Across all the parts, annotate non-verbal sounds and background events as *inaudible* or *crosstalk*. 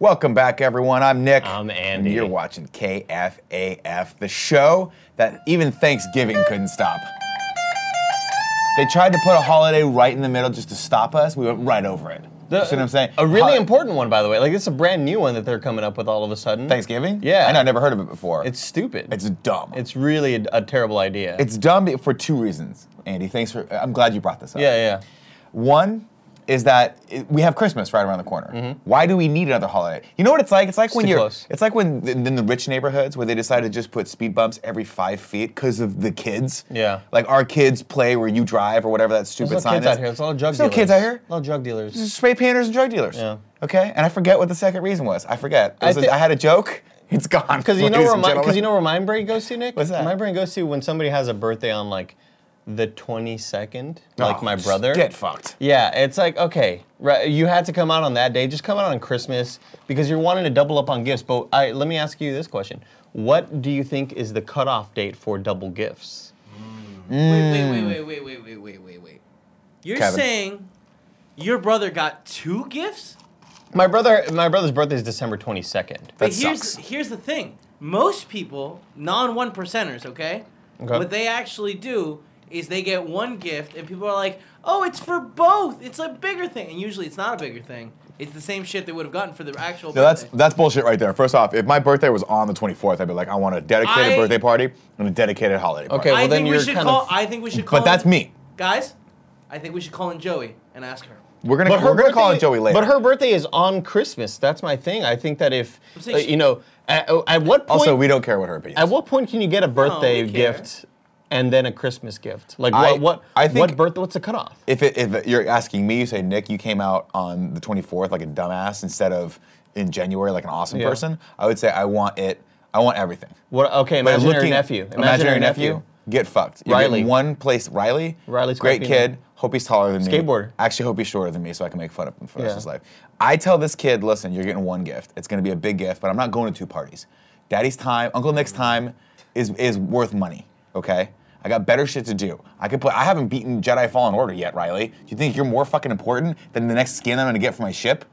Welcome back, everyone. I'm Nick. I'm Andy. And you're watching KFAF, the show that even Thanksgiving couldn't stop. They tried to put a holiday right in the middle just to stop us. We went right over it. you see what I'm saying? A really Hol- important one, by the way. Like this is a brand new one that they're coming up with all of a sudden. Thanksgiving? Yeah. I know, I never heard of it before. It's stupid. it's dumb. it's really a, a terrible idea. it's dumb for two reasons, Andy. Thanks for. I'm glad you brought this up. yeah, yeah. One is that it, we have Christmas right around the corner. Why do we need another holiday? You know what it's like? It's like when Mm-hmm. too you're. close. It's like when th- in the rich neighborhoods where they decide to just put speed bumps every five feet because of the kids. Yeah. Like our kids play where you drive or whatever that stupid There's no sign kids is. out here. There's a lot of drug There's no dealers. kids out here. Mm. A lot of drug dealers. Spray painters and drug dealers. Yeah. Okay. And I forget what the second reason was. I forget. It I was a- I thi- had a joke. It's gone. Because you know ladies where and my because gentlemen. you know where my brain goes to, Nick. What's that? My brain goes to when somebody has a birthday on like the 22nd, like Oh, my just brother. Get fucked. Yeah, it's like okay, right, you had to come out on that day. Just come out on Christmas because you're wanting to double up on gifts. But I, let me ask you this question: What do you think is the cutoff date for double gifts? Wait, wait, wait, wait, wait, wait, wait, wait, wait. You're Hmm. Kevin. saying your brother got two gifts? My brother, my brother's birthday is December 22nd. That but here's sucks. here's the thing. Most people, non one percenters, okay? Okay. What they actually do is they get one gift and people are like, "Oh, it's for both. It's a bigger thing." And usually it's not a bigger thing. It's the same shit they would have gotten for the actual No, that's birthday. that's bullshit right there. First off, if my birthday was on the 24th, I'd be like, I want a dedicated I- birthday party and a dedicated holiday party. Okay, well I then think we you're should kind call of- I think we should *laughs* call But that's in- me. Guys, I think we should call in Joey and ask her. We're gonna we're gonna call it Joey later. But her birthday is on Christmas. That's my thing. I think that if I'm uh, saying she- you know, at, at what point? also, we don't care what her opinion. At Is. what point can you get a birthday we care. gift and then a Christmas gift? Like I- what? What? I think- what birthday? What's the cutoff? If, it, if you're asking me, you say Nick, you came out on the 24th like a dumbass instead of in January like an awesome Yeah. person. I would say I want it. I want everything. What? Okay, But imagine looking- your nephew. imaginary, nephew. Get fucked. You're Riley. getting One place. Riley. Riley's great Scorpino. kid. Hope he's taller than me. Skateboarder. Actually, hope he's shorter than me so I can make fun of him for the rest Yeah. of his life. I tell this kid, listen, you're getting one gift. It's gonna be a big gift, but I'm not going to two parties. Daddy's time, Uncle Nick's time, is is worth money. Okay. I got better shit to do. I could play. I haven't beaten Jedi Fallen Order yet, Riley. Do you think you're more fucking important than the next skin I'm gonna get for my ship?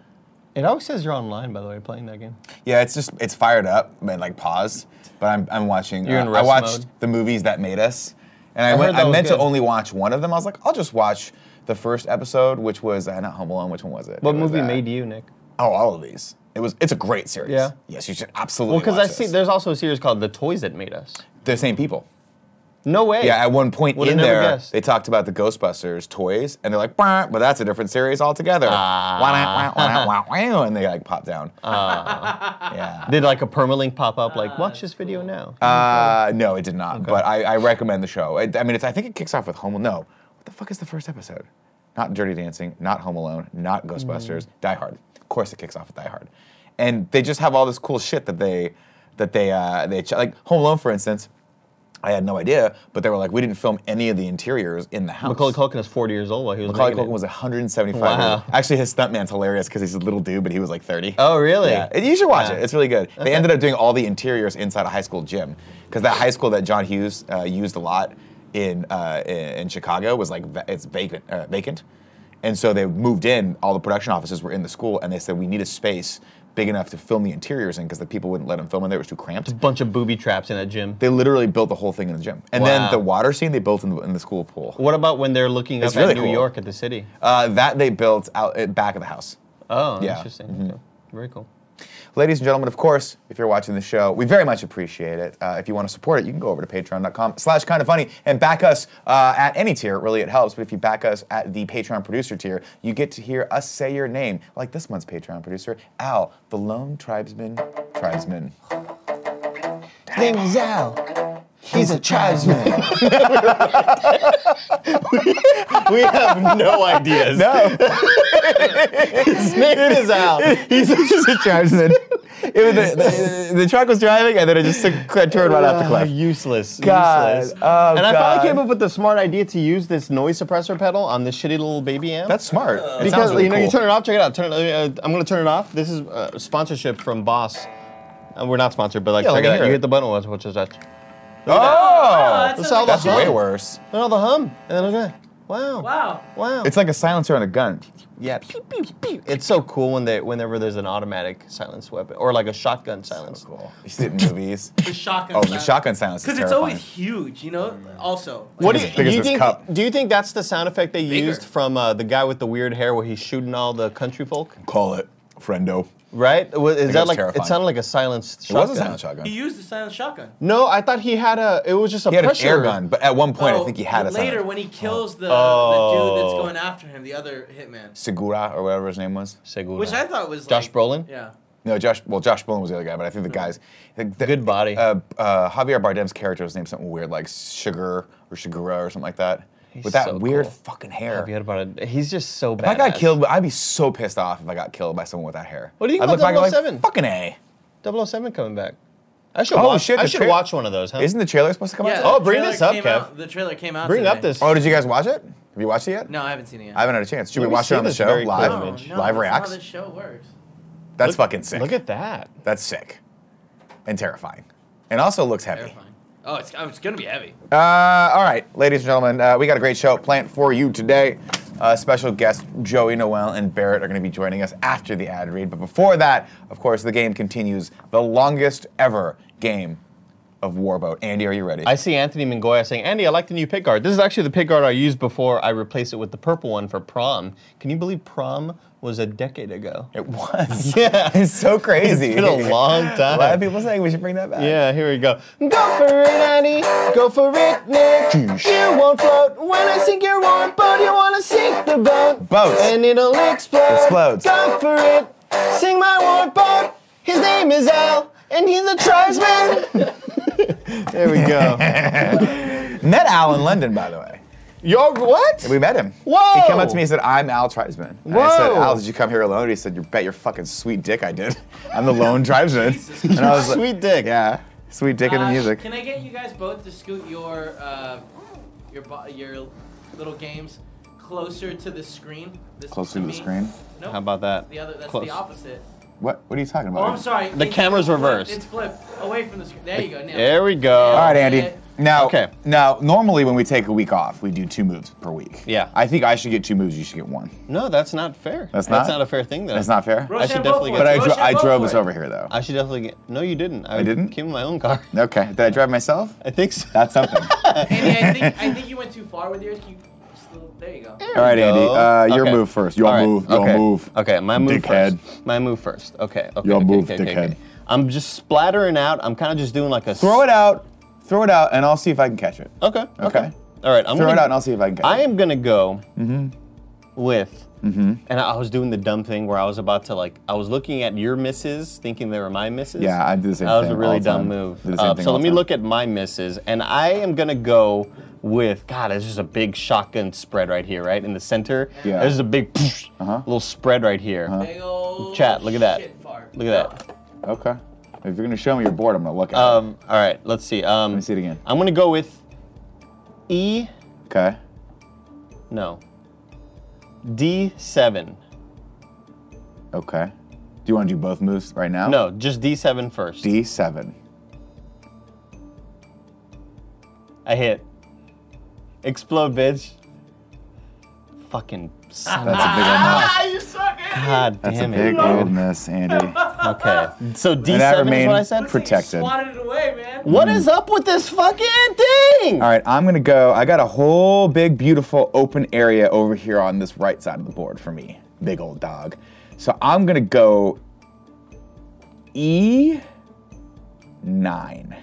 It always says you're online, by the way, playing that game. Yeah, it's just it's fired up and like paused. But I'm I'm watching. uh, You're in I rest watched mode. the movies that made us, and I, went, heard that I was meant to good. only watch one of them. I was like, I'll just watch the first episode, which was uh, not Home Alone. Which one was it? What It was, movie uh, made you, Nick? Oh, all of these. It was. It's a great series. Yeah. Yes, you should absolutely. Well, because I watch see this. there's also a series called The Toys That Made Us. the same people. No way. Yeah, at one point Would've in never there, guessed. they talked about the Ghostbusters toys, and they're like, "Bah," but that's a different series altogether. Ah. Wah, wah, wah, wah, wah, and they like pop down. Ah. yeah. Did like a permalink pop up like watch this video now? Uh, no, it did not. But I, I recommend the show. I, I mean, it's, I think it kicks off with Home. No, what the fuck is the first episode? Not Dirty Dancing, not Home Alone, Hmm. not Ghostbusters, Die Hard. Of course, it kicks off with Die Hard, and they just have all this cool shit that they that they uh, they ch- like Home Alone, for instance. I had no idea, but they were like, we didn't film any of the interiors in the house. Macaulay Culkin is 40 years old while he was Macaulay making Culkin it. was 175. Wow. years old. Actually, his stuntman's hilarious because he's a little dude, but he was like 30. Oh, really? Yeah. And You should watch Yeah. it. It's really good. They ended up doing all the interiors inside a high school gym because that high school that John Hughes uh, used a lot in uh, in in Chicago was like va- it's vacant uh, vacant, and so they moved in. All the production offices were in the school, and they said we need a space big enough to film the interiors in because the people wouldn't let them film in there. It was too cramped. bunch of booby traps in that gym. They literally built the whole thing in the gym, and then Wow. the water scene they built in the, in the school pool. What about when they're looking It's up really at New cool. York at the city? Uh, that they built out at back of the house. Oh, yeah. Mm-hmm. interesting. Okay. Very cool. Ladies and gentlemen, of course, if you're watching the show, we very much appreciate it. Uh, if you want to support it, you can go over to patreon.com slash kind of funny and back us uh, at any tier. Really, it helps. But if you back us at the Patreon producer tier, you get to hear us say your name, like this month's Patreon producer, Al, the lone tribesman, tribesman. Name is Al. He's a *laughs* tribesman. we have no ideas. *laughs* No, His name *laughs* is Al. he's just a tribesman. It was the, the, the truck was driving, and then it just took a turn right off the Ah, cliff. Useless. *laughs* God. Useless. Oh, and I God. finally came up with the smart idea to use this noise suppressor pedal on this shitty little baby amp. That's smart. It because sounds really you know you cool. turn it off. Check it out. Turn it. Uh, I'm gonna turn it off. This is uh, sponsorship from Boss. Uh, we're not sponsored, but like Yeah, let check me it out. hear You it. hit the button. Watch, watch, watch. Oh, Oh, that's That's how like a that's the song. way hum. worse. And all the hum. And then look at that. Wow. Wow. Wow. It's like a silencer on a gun. yeah. pew, pew, pew. It's so cool when they whenever there's an automatic silenced weapon or like a shotgun silenced. Cool. You see it in *laughs* movies. The shotgun. Oh, the shotgun silence is Because it's always terrifying. huge, you know. Mm. Also. What do Big you, as- big do as you this think? cup. Do you think that's the sound effect they Bigger. used from uh, the guy with the weird hair, where he's shooting all the country folk? Call it friendo. Right? Wa- Is it that was like terrifying. it sounded like a silenced It shotgun? was a silent shotgun. He used the silent shotgun. No, I thought he had a. It was just a He had pressure an air gun, but at one point Oh, I think he had a later silent- when he kills the, the dude that's Oh. going after him, the other hitman, Segura or whatever his name was. Segura. which I thought was Josh like, Brolin? Yeah. No, Josh. Well, Josh Brolin was the other guy, but I think the guys. The, the- Good body. Uh, uh, Javier Bardem's character was named something weird like Sugar or Shigura or something like that. He's With that so weird cool. fucking hair. Have you heard about it? He's just so If I bad. got killed, I'd be so pissed off if I got killed by someone with that hair. What do you think I'd look about back and be 007? Like, fucking a. 007 coming back. I should Oh, watch. shit, I the should tra- watch one of those. Huh? Isn't the trailer supposed to come yeah out? Oh, Today? the bring trailer this up, came Kev. out- the trailer came out. Bring up today. this- Oh, did you guys watch it? Have you watched it yet? No, I haven't seen it yet. I haven't had a chance. Should Let we me watch see it on the this show very cool live? no, no, image. that's Live not reacts? How this show works. That's Look- fucking sick. Look at that. That's sick. And terrifying. And also looks heavy. Terrifying. Oh, it's, oh, it's gonna be heavy. Uh, all right, ladies and gentlemen, uh, we got a great show planned for you today. Uh, special guests Joey Noel and Barrett are going to be joining us after the ad read. But before that, of course, the game continues. The longest ever game of Warboat. Andy, are you ready? I see Anthony Mingoya saying, Andy, I like the new pick guard. This is actually the pick guard I used before I replaced it with the purple one for prom. Can you believe prom was a decade ago? *laughs* it was. *laughs* Yeah. it's so crazy. It's been *laughs* a long A lot of time. people saying we should bring that back. Yeah, here we go. Go for it, Annie. Go for it, Nick. You won't float when I sink your one boat. You wanna sink the boat. Boats. And it'll explode. Explodes. Go for it. Sing my one boat. His name is Al, and he's a tribesman. *laughs* there we *laughs* go. Met Al in London, by the way. Yo, what? We met him. Whoa! He came up to me and said, I'm Al Tribesman. And I said, Whoa! Al, did you come here alone? And he said, You bet your fucking sweet dick I did. *laughs* I'm the lone *laughs* tribesman. and I was like, Sweet dick. Yeah. Sweet dick in the Uh, music. Can I get you guys both to scoot your uh, your bo- your little games closer to the screen? This Closer to the me. screen? Nope. How about that? the other? That's Close. the opposite. What what are you talking Oh, about? I'm sorry. The It's- camera's it's flipped. reversed. It's flipped away from the screen. There you go. Now. There we go. All right, Andy. Okay. Now, Okay. now, normally when we take a week off, we do two moves per week. Yeah. I think I should get two moves. You should get one. No, that's not fair. That's That's not? not a fair thing, though. That's not fair. Roshan, I should definitely go but get- for I, it. dro- Roshan, I go drove for us it. over here though. I should definitely get. No, you didn't. I, didn't? Came in my own car. *laughs* okay. Did I drive myself? I think so. That's *laughs* something. All Andy, I think I think you went too far with yours. Can you just a little, there you go. right, Andy. Uh, your Okay. move first. Your All right, move. Your okay. move. Okay, my move Dickhead. first. My move first. Okay. Okay. Your okay, move, okay, okay, dickhead. okay. I'm just splattering out. I'm kind of just doing like a. Throw it out. Throw it out, and I'll see if I can catch it. Okay. Okay. Okay. All right. I'm Throw gonna, it out, and I'll see if I can catch I it. am gonna go Mm-hmm. with. And I I was doing the dumb thing where I was about to like I was looking at your misses, thinking they were my misses. Yeah, I do the same That was a thing really all the dumb time. move. Do the same Uh, thing so all let the me time. look at my misses, and I am gonna go with God. There's just a big shotgun spread right here, right in the center. Yeah. Uh-huh. There's a big poosh, little spread right here. Big old Uh, Chat, look at that. Shit fart. Look at that. Okay. If you're gonna show me your board, I'm gonna look at it. Um, all right, let's see. Um, Let me see it again. I'm gonna go with E. Okay. No. D seven. Okay. Do you want to do both moves right now? No, just D7 first. I D7. hit. Explode, bitch. Fucking *laughs* son of That's a big old mess. Ah, you suck, Andy. God That's a damn big it. old mess, Andy. Okay. So that D7 is remain- what I said? Looks like you protected. swatted it away, man. What is up with this fucking thing? All right, I'm gonna go. I got a whole big, beautiful open area over here on this right side of the board for me. Big old dog. So I'm gonna go E E9.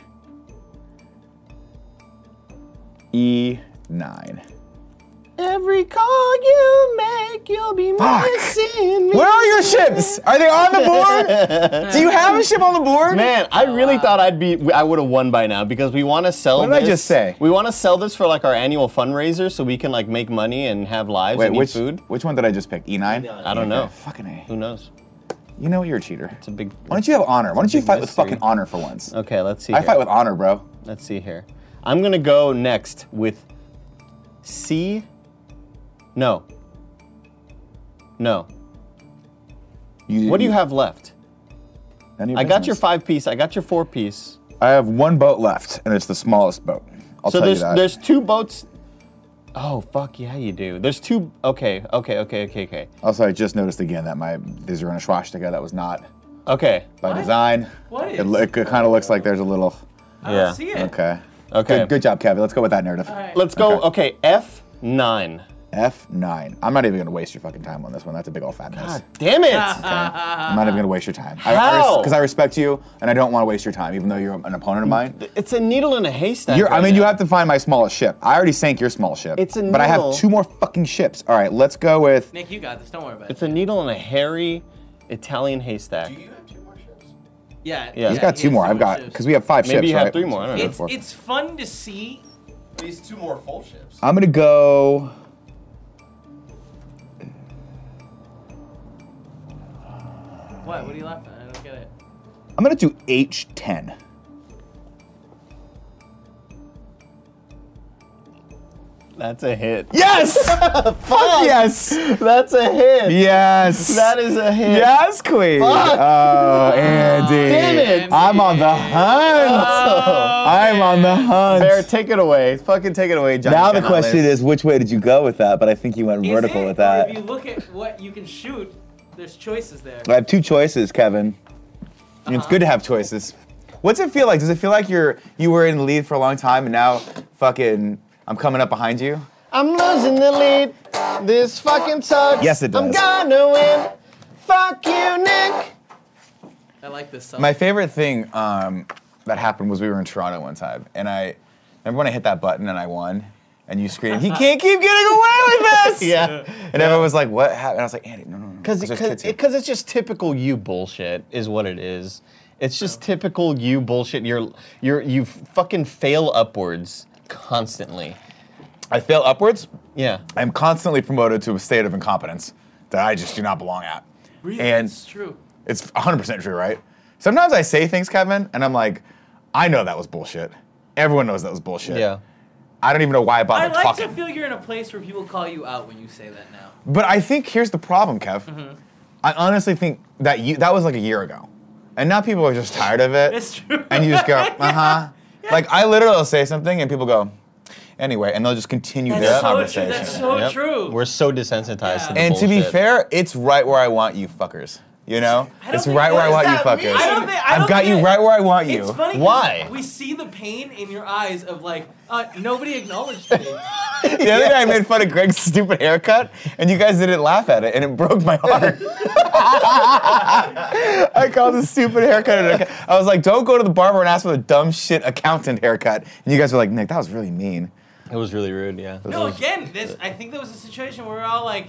E E9. Every call you make, you'll be Fuck. missing me. Where are your ships? Are they on the board? Do you have a ship on the board? Man, I really thought I'd be I would have won by now because we want to sell What did I this- just say? We want to sell this for like our annual fundraiser so we can like make money and have lives Wait, and which eat food. which one did I just pick? E9? I don't know. Fucking Who A. knows? You know what? You're a cheater. It's a big Why don't you have honor? Why don't you big fight with mystery. fucking honor for once? Okay, let's see. I here. fight with honor, bro. Let's see here. I'm gonna go next with C. No. No. You, What do you have left? none of I got your business. five piece. I got your four piece. I have one boat left, and it's the smallest boat. I'll So tell you there's that. there's two boats. Oh fuck yeah, you do. There's two. Okay, okay, okay, okay, okay, Also, I just noticed again that my these are in a swastika that was not okay. by What? design. What is- It, lo- it kind of looks like there's a little. I Yeah. don't see it. Okay. Okay. Good, good job, Kevin. Let's go with that narrative. All right. Let's go. Okay, F nine. F9. I'm not even going to waste your fucking time on this one. That's a big old fat mess. God damn *laughs* it! I'm not even going to waste your time. How? Because I, respect you, and I don't want to waste your time, even though you're an opponent of mine. It's a needle in a haystack. You're, I right mean, you now. have to find my smallest ship. I already sank your small ship. It's a But I have needle. two more fucking ships. All right, let's go with. Nick, you got this. Don't worry about It's a it. needle in a hairy Italian haystack. Yeah. Yeah. He's got he two has more. I've much got juice. because we have five Maybe ships. you have right? three more, I don't know. It's it's fun to see. At least two more full ships. I'm gonna go. What? What are you laughing at? I don't get it. I'm gonna do H10. That's a hit. *laughs* Yes! *laughs* Fuck yes! That's a hit. Yes! That is a hit. Yes, Queen. Fuck. Oh, Andy. Damn it. I'm on the hunt. Oh. I'm on the hunt. Bear, take it away. Fucking take it away, Johnny. now the Canales. question is, which way did you go with that? But I think you went Is vertical it? with Or if you that. look at what you can shoot, there's choices there. I have two choices, Kevin. And It's good Uh-huh. to have choices. What's it feel like? Does it feel like you're you were in the lead for a long time and now fucking I'm coming up behind you? I'm losing the lead. This fucking sucks. Yes, it I'm does. gonna win. Fuck you, Nick. I like this song. My favorite thing um, that happened was we were in Toronto one time, and I remember when I hit that button and I won, and you screamed, Uh-huh. "He can't keep getting away with *laughs* this!" *laughs* Yeah. and everyone was like, "What happened?" And I was like, "Andy, no, no, no, Because there's kids here." it's just typical you bullshit is what it is. It's just typical you bullshit. You're you're you fucking fail upwards constantly. I fail upwards. Yeah. I'm constantly promoted to a state of incompetence that I just do not belong at, really, and it's true. it's 100 percent true, right? Sometimes I say things, Kevin, and I'm like, "I know that was bullshit. Everyone knows that was bullshit. Yeah. I don't even know why I I bothered like talking." to feel you're in a place where people call you out when you say that now. But I think here's the problem, Kev. Mm-hmm. I honestly think that you that was like a year ago, and now people are just tired of it. It's true. And you just *laughs* go, uh huh. Like I literally will say something, and people go, anyway, and they'll just continue That's their so conversation. true. That's so Yep. true. We're so desensitized to Yeah. the and to be bullshit. fair, it's right where I want you fuckers. You know, I don't it's think- right where what I does want you that mean? fuckers. I don't think- I have don't got think you it- right where I want you. It's *laughs* funny 'cause Why? we see the pain in your eyes of like uh, nobody acknowledged me. *laughs* The other day I made fun of Greg's stupid haircut, and you guys didn't laugh at it, and it broke my heart. *laughs* I called it stupid haircut. An haircut. I was like, don't go to the barber and ask for the dumb shit accountant haircut. And you guys were like, Nick, that was really mean. It was really rude, yeah. no, again, this I think that was a situation where we're all like,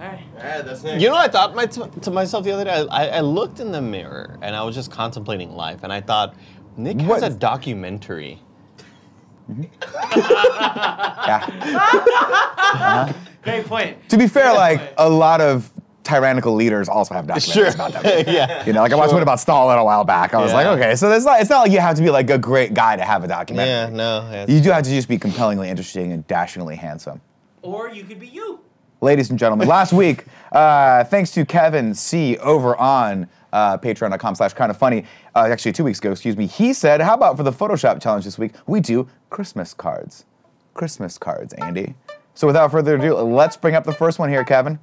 all right, Alright, that's next. You know what I thought my to myself the other day? I, I- I looked in the mirror and I was just contemplating life and I thought, Nick What? has *laughs* a documentary. *laughs* *laughs* Yeah. great point. to be fair, like a lot of tyrannical leaders also have documentaries about them. yeah. You know, like I watched one about Stalin a while back. I was Yeah. like, okay, so that's not, it's not like you have to be like a great guy to have a documentary. Yeah, no. it's- You do have to just be compellingly interesting and dashingly handsome. Or you could be you. ladies and gentlemen. *laughs* Last week, uh, thanks to Kevin C over on uh, patreon.com slash kind of funny, uh, actually two weeks ago, excuse me, he said, how about for the Photoshop challenge this week, we do Christmas cards. Christmas cards, Andy. So without further ado, let's bring up the first one here, Kevin.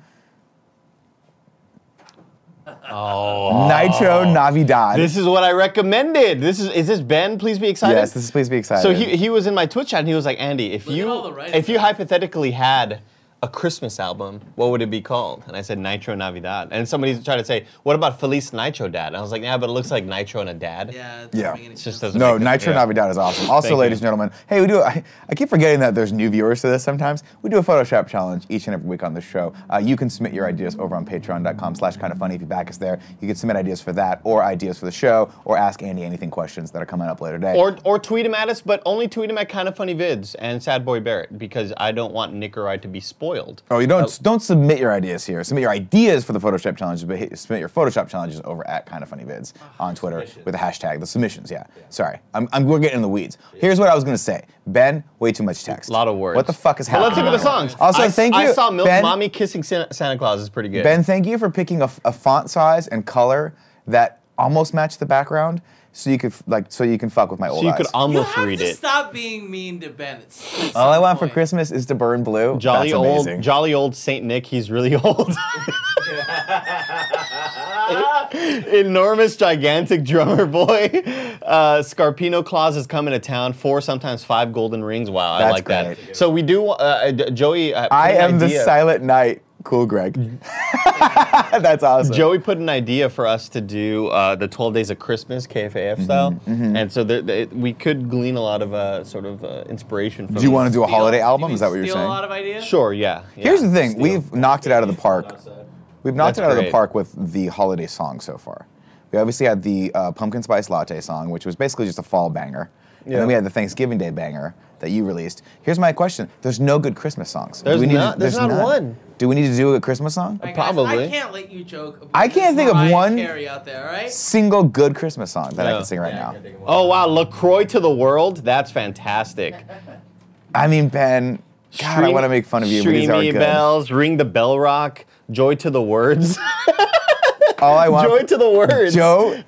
Oh. Nitro Navidad. This is what I recommended. This is is this Ben? Please be excited. yes, this is, please be excited. So he, he was in my Twitch chat and he was like, Andy, if Look at all the you writing. if you hypothetically had a Christmas album, what would it be called? And I said Nitro Navidad. And somebody tried to say, what about Feliz Nitro Dad? And I was like, yeah, but it looks like Nitro and a dad. Yeah. It Yeah. yeah. It's It's just just doesn't- No, Make it- Nitro yeah. Navidad is awesome. Also, Thank ladies you. and gentlemen, hey, we do. I, I keep forgetting that there's new viewers to this. Sometimes we do a Photoshop challenge each and every week on the show. Uh, you can submit your ideas over on Patreon.com/slash Kind of Funny if you back us there. You can submit ideas for that, or ideas for the show, or ask Andy anything questions that are coming up later today. Or or tweet him at us, but only tweet him at kind of funny vids and sad boy Barrett because I don't want Nick or I to be spoiled. Oh, you don't don't submit your ideas here. Submit your ideas for the Photoshop challenges, but hit, submit your Photoshop challenges over at Kind of Funny Vids on Twitter with the hashtag the submissions. Yeah, sorry, I'm, I'm we're getting in the weeds. Here's what I was gonna say, Ben. Way too much text. Lot of words. What the fuck is But happening? let's look at the right now? songs. Also, I, thank you, I saw Milk Ben. Mommy kissing Santa, Santa Claus is pretty good. Ben, thank you for picking a, f- a font size and color that almost matched the background. so you could f- like so you can fuck with my old So you eyes. could You almost have read to it. stop being mean to Ben. at some All I want for point. Christmas is to burn blue. Jolly That's old, amazing. jolly old Saint Nick. He's really *laughs* *laughs* old. Enormous, gigantic drummer boy. Uh, Scarpino Claus is coming to town. Four, sometimes five golden rings. Wow, I That's like great. that. So we do. Uh, Uh, D- Joey, uh, put I an am the idea- silent knight, cool Greg. *laughs* That's awesome. Joey put an idea for us to do uh, the 12 Days of Christmas KFAF Mm-hmm, style, and so there, there- we could glean a lot of uh, sort of uh, inspiration from. Do you want to do a Steal- holiday album? you Is that what you're steal saying? A lot of ideas. Sure, yeah. yeah, Here's the thing: steal. we've knocked it out of the park. Outside. We've knocked That's it out of the great. park with the holiday song so far. We obviously had the uh, pumpkin spice latte song, which was basically just a fall banger. And Yeah. then we had the Thanksgiving Day banger that you released. Here's my question: There's no good Christmas songs. Do There's we need to- not- there's not none. one. Do we need to do a Christmas song? Like, guys, Probably. I can't let you joke. About I can't this think of Mariah one- Carey out there, all right? Single good Christmas song that I Yeah. can sing right Yeah, I now. can think of one. Oh wow, Lacroix to the world. That's fantastic. I mean, Ben, God, I Shreem- want to make fun of you, but Shreemy these are good. bells, ring the bell rock. Joy to the words. *laughs* All I want, Joy to the words. Joe,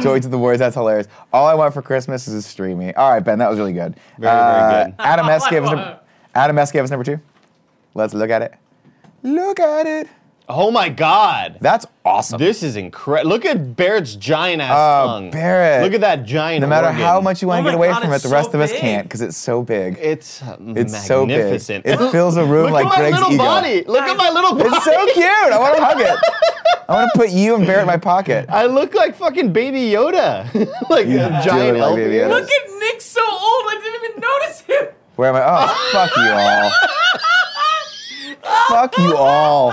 Joy to the words. That's hilarious. All I want for Christmas is a streamy. All right, Ben, that was really good. Uh, Very, very good. Adam S All I gave us want. number. Adam S gave us number two. Let's look at it. Look at it. Oh my God. That's awesome. this is incredible. Look at Barrett's giant ass Oh, tongue. Barrett. Look at that giant. no matter organ. how much you want Oh to get my away God, from it, it's the rest so of us big. can't because it's so big. it's it's so big. magnificent. *laughs* It fills a room Look like at my Greg's little ego. body. Look at my little body. It's so cute. I want to hug it. I want to put you and Barrett in my pocket. I look like fucking Baby Yoda. *laughs* like You do a giant look like elf. Baby Yoda. Look at Nick, so old. I didn't even notice him. Where am I? Oh, fuck you all. fuck you all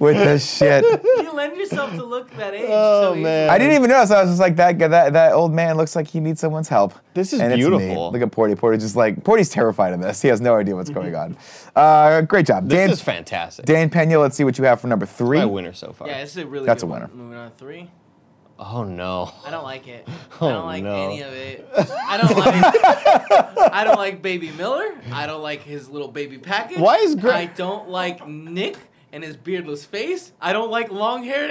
with this shit. You lend yourself to look that age. Oh, so easily. man. I didn't even notice. I was just like that. guy- That that old man looks like he needs someone's help. This is And it's me. beautiful. Look at Porty. Porty's just like Porty's terrified of this. He has no idea what's going on. Uh, great job, This Dan. is fantastic. Dan Pena. Let's see what you have for number three. my winner so far. Yeah, this is a really That's good a winner. One. Moving on to three. Oh *laughs* no. I don't like it. *laughs* Oh, I don't like no. any of it. I don't like. *laughs* I don't like Baby Miller. I don't like his little baby package. Why is Gre- I don't like Nick and his beardless face. I don't like long-haired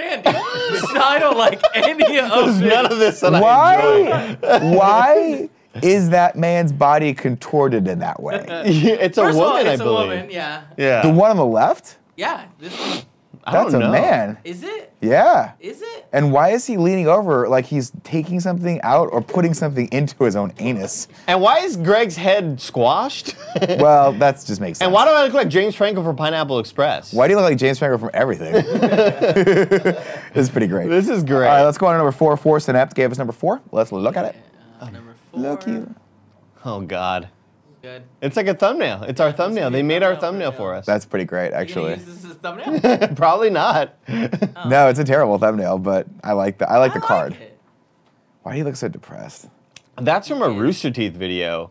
*laughs* Andy. So I don't like any of There's it. none of this that I Why? why is that man's body contorted in that way? *laughs* enjoy. it's a First woman, of all, I it's a believe. woman. Yeah. Yeah. The one on the left. Yeah. This one. I don't That's a know. man. Is it? Yeah. Is it? And why is he leaning over like he's taking something out or putting something into his own anus? And why is Greg's head squashed? *laughs* Well, that just makes sense. and why do I look like James Franco from Pineapple Express? Why do you look like James Franco from *laughs* everything? this is pretty great. This is great. All right, let's go on to number four. Four Synapse gave us number four. Let's look at it. Uh, number four. Look you. oh God. Good. It's like a thumbnail. It's our thumbnail. They made our thumbnail thumbnail. for us. That's pretty great, You gonna actually. use this as *laughs* a thumbnail? *laughs* Probably not. um, No, it's a terrible thumbnail, but I like the I like the I like card. it. Why do you look so depressed? That's from a Rooster Teeth video.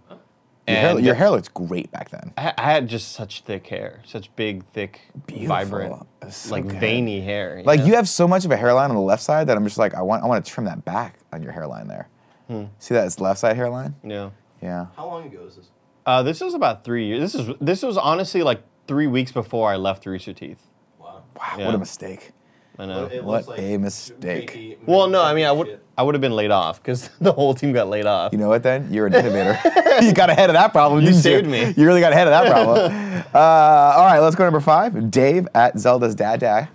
Your hair, And your hair looked great back then. I, I had just such thick hair, such big, thick, Beautiful. vibrant, It was so like good. veiny hair. Like know? you have so much of a hairline on the left side that I'm just like I want I want to trim that back on your hairline there. Hmm. See that it's left side hairline? No. Yeah. How long ago is this? Uh, this was about three years. This is this was honestly like three weeks before I left Rooster Teeth. Wow. Wow, Yeah. what a mistake. I know. It What looks like a Mickey- mistake. Mickey Well, no, I mean, I Mouse would shit. I would have been laid off because *laughs* the whole team got laid off. You know what? Then you're an innovator. *laughs* you got ahead of that problem. You didn't saved you? me. You really got ahead of that problem. *laughs* uh, all right, let's go to number five. Dave at Zelda's dad dad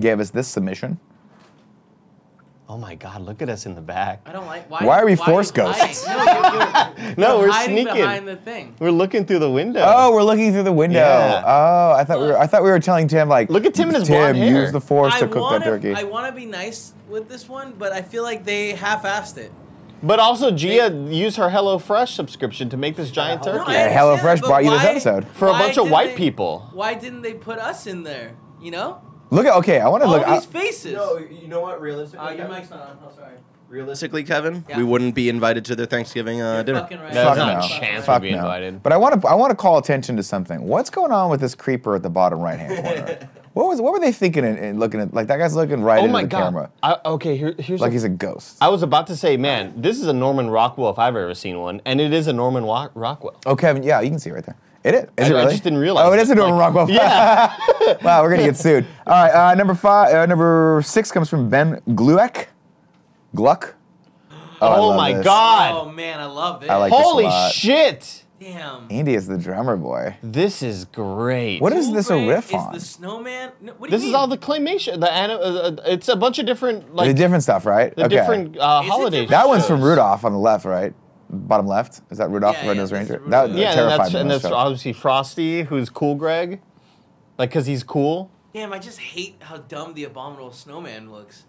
gave us this submission. Oh my God! Look at us in the back. I don't like. Why, Why are we why you force ghosts? hiding? *laughs* *laughs* No, you're- you're- No, you're we're hiding sneaking. behind the thing. We're looking through the window. Oh, we're looking through the window. Yeah. Oh, I thought we were. I thought we were telling Tim like, Look at Tim and his Tim blonde hair." use the force I to cook that wanna- turkey. I want to be nice with this one, but I feel like they half-assed it. But also, Gia used her HelloFresh subscription to make this giant Yeah, turkey Yeah, I HelloFresh understand that, but brought you this why- episode. for a why bunch of did white they- people. Why didn't they put us in there? You know, look at. Okay, I want to all look. I- these faces. No, you know what? Realistically, Uh, your Kevin- mic's not on. Oh, Uh, sorry. realistically, Kevin, Yeah. we wouldn't be invited to their Thanksgiving uh, You're dinner. fucking right. That's Fuck not no. a chance Fuck we'd be no. invited. But I want to. I want to call attention to something. What's going on with this creeper at the bottom right hand *laughs* corner? what was? What were they thinking and- and looking at? Like that guy's looking right oh into my the God! camera, I, okay, here, here's like a he's a ghost. I was about to say, man, this is a Norman Rockwell if I've ever seen one, and it is a Norman Wa- Rockwell. Oh, Kevin, yeah, you can see it right there. It is. Is I- it I really? just didn't realize Oh, it it. is a Norman Rockwell. *laughs* Yeah, wow, we're gonna get *laughs* sued. All right, uh, number five, uh, number six comes from Ben Glueck. Gluck. I Oh love my this. god! Oh man, I love this. I like- this a Holy lot. shit! Damn. Andy is the drummer boy. This is great. What is this a Blu-ray riff is on? the snowman? No, what do you This mean? is all the claymation. The anim- uh, uh, it's a bunch of different like the different stuff, right? the different uh, Is it holidays. different? That one's shows. from Rudolph on the left, right? Bottom left. Is that Rudolph Yeah, the Red yeah, Nosed that's Ranger? Rudolph. That yeah, and terrified that's me. and when I was that's a child. obviously Frosty, who's cool, Greg, like because he's cool. Damn, I just hate how dumb the abominable snowman looks.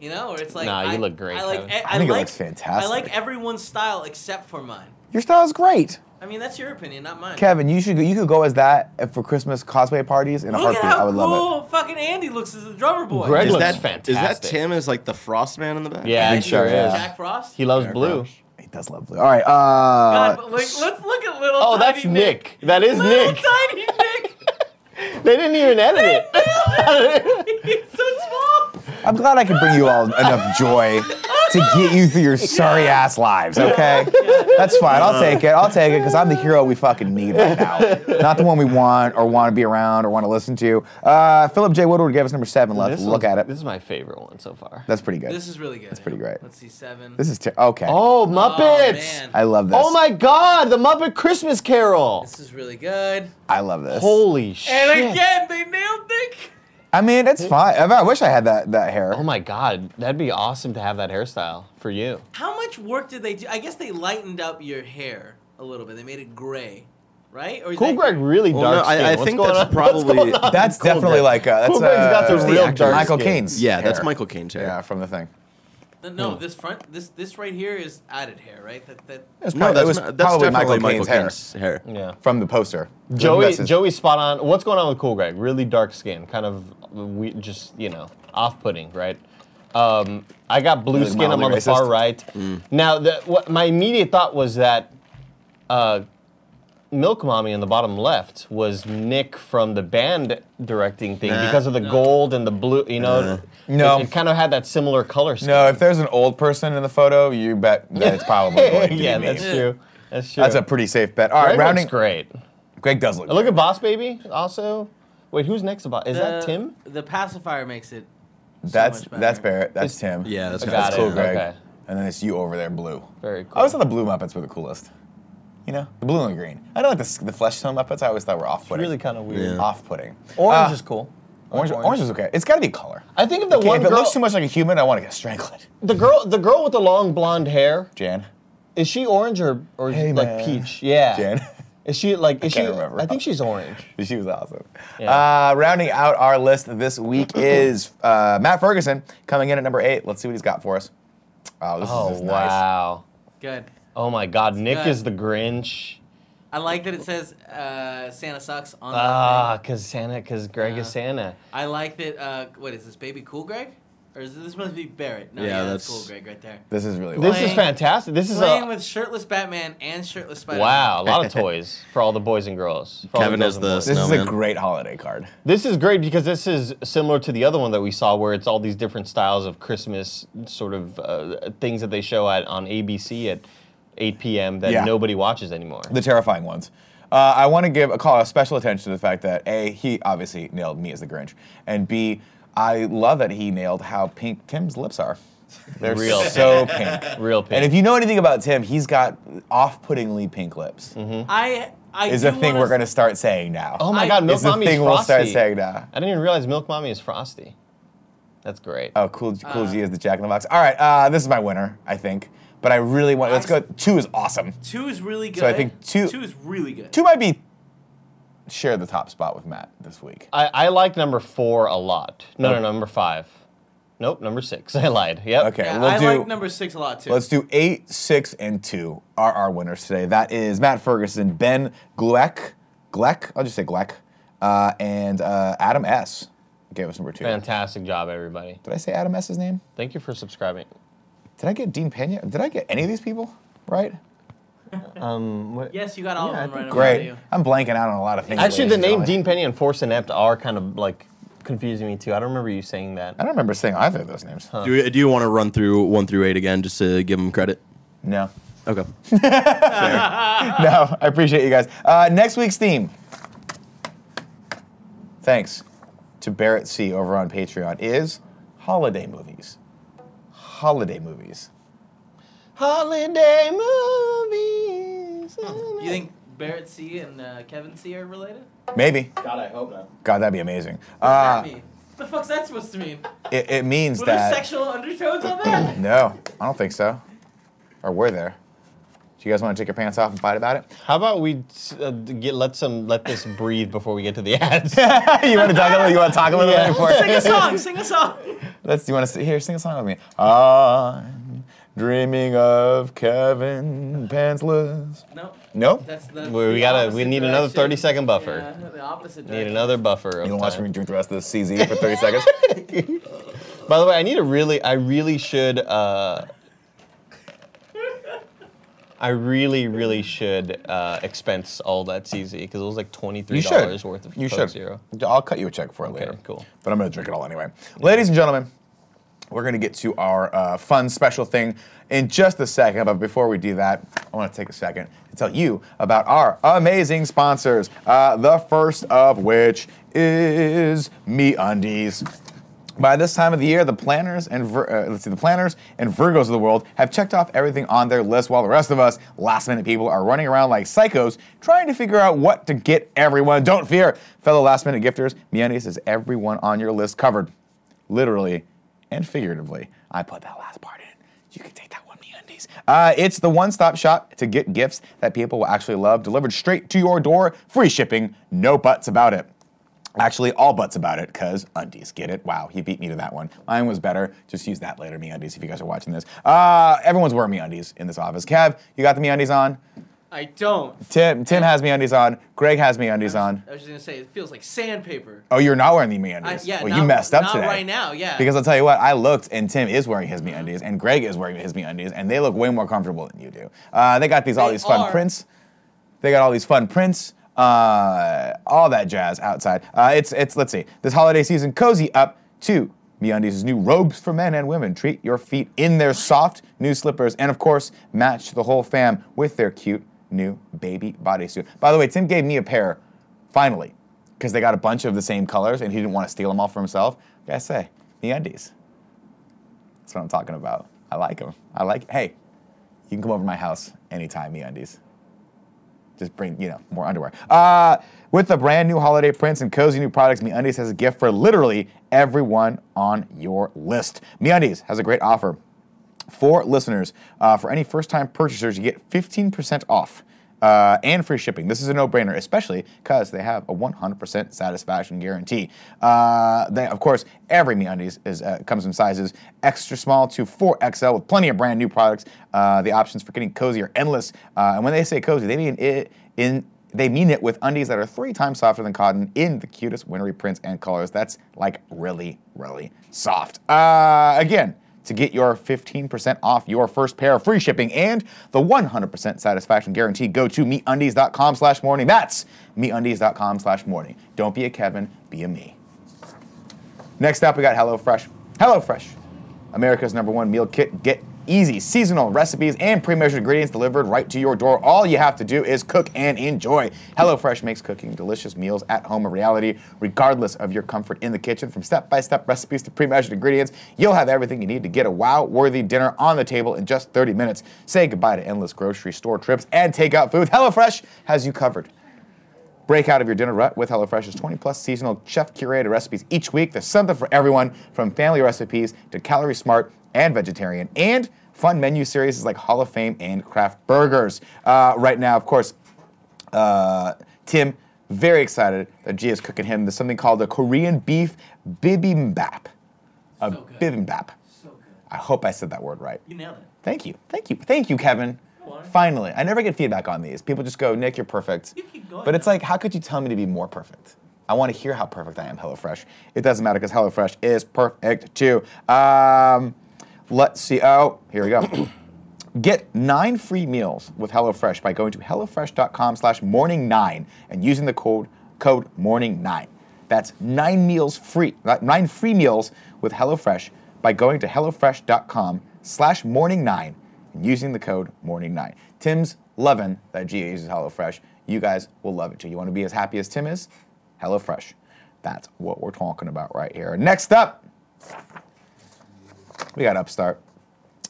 You know, or it's like Nah, you I- look great, I like. e, Kevin. I, I think it like- looks fantastic. I like everyone's style except for mine. Your style is great, I mean, that's your opinion, not mine. Kevin. You should go, you could go as that for Christmas cosplay parties in a Look at heartbeat. I how would love cool fucking Andy looks as the drummer boy. Greg is looks that Is that fantastic. Tim as like the frost man in the back? Yeah, And it sure Jack- is. Jack Frost. He loves Fair blue. enough. it. He does love blue. All right. Uh, God, but like, let's look at little. Oh, tiny that's Nick. That is Little Nick. tiny Nick. *laughs* They didn't even edit it. He's so small. I'm glad I could bring *laughs* you all enough joy to get you through your sorry ass lives. *laughs* Okay, that's fine. I'll take it. I'll take it because I'm the hero we fucking need right *laughs* now, not the one we want or want to be around or want to listen to. Uh, Philip J. Woodward gave us number seven. Let's This look one's- at it. This is my favorite one so far. That's pretty good. This is really good. That's pretty great. Let's see seven. This is ter- okay. oh, Oh, Muppets! man. I love this. Oh, my God, the Muppet Christmas Carol! This is really good. I love this. Holy shit! And again, they nailed Nick. I mean, it's fine. I, I wish I had that that hair. Oh my God, that'd be awesome to have that hairstyle for you. How much work did they do? I guess they lightened up your hair a little bit. They made it gray, right? Or is Cool that- Greg really Well, dark no, I- skin. I What's think going that's on? What's probably- going *laughs* on? that's Cool definitely Greg. like uh, that's Cool Greg's got the uh, real dark Michael skin. Caine's. Yeah, that's hair. Michael Caine's hair. Yeah, from the thing. No, this front, this this right here is added hair, right? That that. It was No, probably, that's, it was ma- that's probably definitely Michael Caine's hair hair. Yeah. from the poster. Joey, That's his- Joey's spot on. What's going on with Cool Greg? Really dark skin, kind of we just you know off-putting, right? Um, I got blue Really skin. I'm on mildly the far racist. Mm. right. Now, the, what, my immediate thought was that uh, Milk Mommy in the bottom left was Nick from the band directing thing Nah. because of the No. gold and the blue. You know, No. it, it kind of had that similar color scheme. No, if there's an old person in the photo, you bet that *laughs* it's probably going to yeah, be me. that's true. That's true. That's a pretty safe bet. All right, Greg rounding. looks great. Greg does look. I look great. at Boss Baby also. Wait, who's next? About is that the- Tim? The pacifier makes it. so that's much better. that's Barrett. That's Tim. Yeah, that's I kinda got that's it. cool, sick. Greg. Okay. And then it's you over there, blue. Very cool. I always thought the blue Muppets were the coolest. You know, the blue and the green. I don't like the, s- the flesh tone Muppets. I always thought were off-putting. really kind of weird. Yeah. off-putting. Orange Uh, is cool. I like Orange, orange is okay. It's got to be color. Ah. I think of the Okay, one if it girl, looks too much like a human, I want to get strangled. the girl, the girl with the long blonde hair. *laughs* Jan. Is she orange or or is Hey, she like man. peach? Yeah. Jan. *laughs* Is she like? Is can't she? remember. I think she's orange. She was awesome. Yeah. Uh, rounding out our list this *clears throat* week is uh, Matt Ferguson coming in at number eight. Let's see what he's got for us. Oh, this Oh is just nice. wow. good. Oh my God, Nick good. is the Grinch. I like that it says uh, Santa sucks on. the Ah, thing. cause Santa, cause Greg is Yeah. Santa. I like that. Uh, what is this, baby? Cool Greg, or is this, this must be Barrett? No, Yeah, yeah, that's, that's- Cool Greg right there. This is really This well. is Playing- fantastic. This is Playing a with shirtless Batman and shirtless Spider. wow, a lot of toys for all the boys and girls. for all Kevin girls is and the boys. This is a Snowman. great holiday card. This is great because this is similar to the other one that we saw, where it's all these different styles of Christmas sort of uh, things that they show at on ABC at 8 p.m. that Yeah. nobody watches anymore. The terrifying ones. Uh, I want to give a call a special attention to the fact that a he obviously nailed me as the Grinch, and b I love that he nailed how pink Tim's lips are. They're Real so pink. Real pink. And if you know anything about Tim, he's got off-puttingly pink lips. Mm-hmm. I I Is do a thing wanna we're going to start saying now. oh my I- God, Milk It's the Mommy is thing we'll frosty. start saying now. I didn't even realize Milk Mommy is frosty. That's great. Oh, cool, Uh. cool G is the Jack in the Box. All right, uh, this is my winner, I think. But I really want. Let's I- go. Two is awesome. Two is really good. I think two- Two is really good. Two might be share the top spot with Matt this week. I, I like number four a lot. No, Oh. no, no, number five. Nope, number six. *laughs* I lied. Yep. Okay, Yeah, we'll I do. like number six a lot too. Let's do eight, six, and two are our winners today. That is Matt Ferguson, Ben Gleck, Gleck. I'll just say Gleck, uh, and uh, Adam S. Gave us number two. Fantastic job, everybody. Did I say Adam S.'s name? Thank you for subscribing. Did I get Dean Pena? Did I get any of these people right? yes, you got all Yeah, I think- of them right. in front of Great. you. I'm blanking out on a lot of things. Actually, ladies the and name gentlemen. Dean Penny and Force Inept are kind of like confusing me too. I don't remember you saying that. I don't remember saying either of those names. Do, you- do you want to run through one through eight again just to give them credit? No. *laughs* Okay. No, I appreciate you guys. Uh, next week's theme. Thanks to Barrett C over on Patreon is holiday movies. Holiday movies. Holiday movies. You think Barrett C and uh, Kevin C are related? Maybe. God, I hope not. God, that'd be amazing. What Uh, does that mean? What the fuck's that supposed to mean? it, it means Were there that. sexual undertones on that? no, I don't think so. Or were there? Do you guys want to take your pants off and fight about it? How about we uh, get let some let this breathe before we get to the *laughs* ads? *laughs* you want to talk a little? You want to talk a little Yeah. bit before? sing a song. Sing a song. *laughs* Let's. You want to here? Sing a song with me. I'm dreaming of Kevin Pantsless. No. No. That's the. We- we the gotta- we opposite need another direction. 30 second buffer. Yeah, the opposite. Need Direction. another buffer. Of You don't watch time. me drink the rest of this CZ for 30 seconds. By the way, I need to really, I really should, uh, I really, really should uh, expense all that CZ because it was like twenty-three You should. dollars worth of you Coke should. Zero. I'll cut you a check for it later. cool. But I'm gonna drink it all anyway. Ladies and gentlemen, we're gonna get to our uh, fun special thing in just a second. But before we do that, I want to take a second to tell you about our amazing sponsors. Uh, the first of which is Me Undies. By this time of the year, the planners and Vir- uh, let's see, the planners and Virgos of the world have checked off everything on their list, while the rest of us, last-minute people, are running around like psychos trying to figure out what to get everyone. Don't fear, fellow last-minute gifters. Meundies has everyone on your list covered, literally and figuratively. I put that last part in. You can take that one, MeUndies. Uh, it's the one-stop shop to get gifts that people will actually love, delivered straight to your door, free shipping, no buts about it. Actually, all butts about it, because undies get it. Wow, he beat me to that one. Mine was better. Just use that later, me undies, if you guys are watching this. Uh, everyone's wearing me undies in this office. Kev, you got the me undies on. I don't. Tim, Tim has me undies on. Greg has me undies on. I was just gonna say it feels like sandpaper. Oh, you're not wearing the me I, undies. Uh, yeah. well, not, you messed up not today. right now. Yeah. Because I'll tell you what, I looked and Tim is wearing his me undies and Greg is wearing his me undies and they look way more comfortable than you do. Uh, they got these all They these fun are. prints. They got all these fun prints. Uh, all that jazz outside. Uh, it's it's let's see. This holiday season, cozy up to MeUndies' new robes for men and women. Treat your feet in their soft new slippers, and of course, match the whole fam with their cute new baby bodysuit. By the way, Tim gave me a pair, finally, because they got a bunch of the same colors, and he didn't want to steal them all for himself. I say, MeUndies. That's what I'm talking about. I like them. I like. Hey, you can come over to my house anytime, MeUndies just bring you know more underwear. Uh, with the brand new holiday prints and cozy new products, MeUndies has a gift for literally everyone on your list. MeUndies has a great offer for listeners. Uh, for any first-time purchasers, you get 15% off. uh, and free shipping. This is a no-brainer, especially because they have a 100% satisfaction guarantee. Uh, they, of course, every MeUndies is, uh, comes in sizes extra small to 4XL with plenty of brand new products. Uh, the options for getting cozy are endless. Uh, and when they say cozy, they mean it in they mean it with undies that are three times softer than cotton in the cutest wintry prints and colors. That's like really, really soft. Uh, again, to get your 15% off your first pair of free shipping and the 100% satisfaction guarantee, go to meetundies.com slash morning. That's meetundies.com slash morning. Don't be a Kevin, be a me. Next up, we got HelloFresh. HelloFresh, America's number one meal kit. Get easy seasonal recipes and pre-measured ingredients delivered right to your door. All you have to do is cook and enjoy. HelloFresh makes cooking delicious meals at home a reality, regardless of your comfort in the kitchen. From step-by-step recipes to pre-measured ingredients, you'll have everything you need to get a wow-worthy dinner on the table in just 30 minutes. Say goodbye to endless grocery store trips and takeout food. HelloFresh has you covered. Break out of your dinner rut with HelloFresh's 20 plus seasonal chef curated recipes each week. There's something for everyone from family recipes to calorie smart and vegetarian, and fun menu series like Hall of Fame and Craft Burgers. Uh, right now, of course, uh, Tim, very excited that Gia's cooking him. There's something called a Korean beef bibimbap. A So good. bibimbap. So good. I hope I said that word right. You nailed it. Thank you. Thank you. Thank you, Kevin. Why? Finally, I never get feedback on these. People just go, Nick, you're perfect. You keep going But it's now. like, how could you tell me to be more perfect? I want to hear how perfect I am, HelloFresh. It doesn't matter because HelloFresh is perfect too. Um, let's see. Oh, here we go. Get nine free meals with HelloFresh by going to HelloFresh.com slash morning9 and using the code code morning9. That's nine meals free, nine free meals with HelloFresh by going to HelloFresh.com slash morning9 and using the code morning9. Tim's loving that Gia uses HelloFresh. You guys will love it too. You want to be as happy as Tim is? HelloFresh. That's what we're talking about right here. Next up, we got Upstart.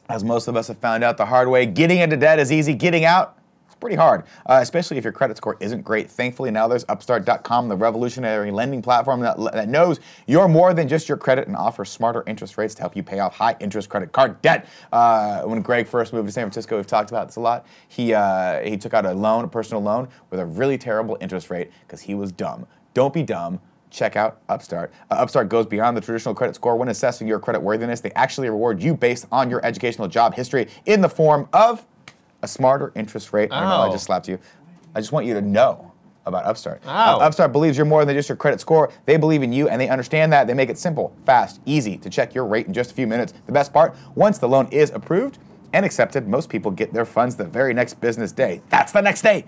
As most of us have found out the hard way, getting into debt is easy, getting out it's pretty hard, uh, especially if your credit score isn't great. Thankfully, now there's Upstart.com, the revolutionary lending platform that, that knows you're more than just your credit and offers smarter interest rates to help you pay off high interest credit card debt. Uh, when Greg first moved to San Francisco, we've talked about this a lot. He uh, he took out a loan, a personal loan, with a really terrible interest rate because he was dumb. Don't be dumb. Check out Upstart. Uh, Upstart goes beyond the traditional credit score when assessing your credit worthiness. They actually reward you based on your educational job history in the form of a smarter interest rate. I know I Ow. just slapped you. I just want you to know about Upstart. Ow. Uh, Upstart believes you're more than just your credit score. They believe in you and they understand that. They make it simple, fast, easy to check your rate in just a few minutes. The best part, once the loan is approved and accepted, most people get their funds the very next business day. That's the next day.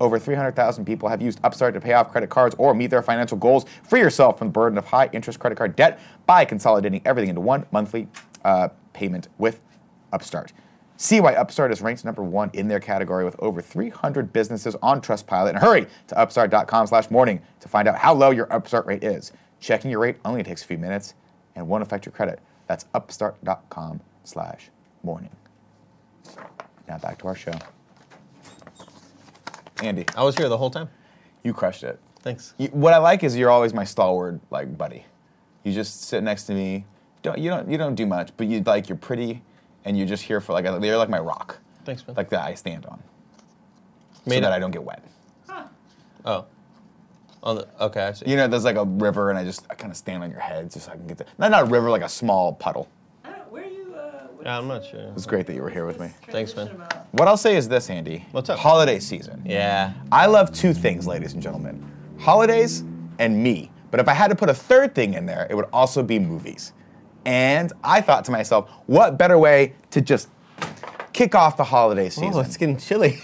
Over 300,000 people have used Upstart to pay off credit cards or meet their financial goals. Free yourself from the burden of high interest credit card debt by consolidating everything into one monthly uh, payment with Upstart. See why Upstart is ranked number one in their category with over 300 businesses on Trustpilot. And hurry to upstart.com slash morning to find out how low your Upstart rate is. Checking your rate only takes a few minutes and won't affect your credit. That's upstart.com slash morning. Now back to our show. Andy, I was here the whole time. you crushed it. Thanks. You, what I like is you're always my stalwart like buddy. You just sit next to me. Don't you don't you don't do much, but you like you're pretty and you're just here for like you're like my rock, Thanks, man. like that I stand on, so Made that it- I don't get wet. Oh. On the, okay, I see. You know, there's like a river and I just I kind of stand on your head just so I can get the not not a river like a small puddle. I don't, where are you? Uh, what's Yeah, I'm not sure. It's great that you were here with me. this Thanks, man. transition about? What I'll say is this, Andy. What's up? Holiday season. Yeah. I love two things, ladies and gentlemen holidays and me. But if I had to put a third thing in there, it would also be movies. And I thought to myself, what better way to just kick off the holiday season? Oh, it's getting *laughs* chilly.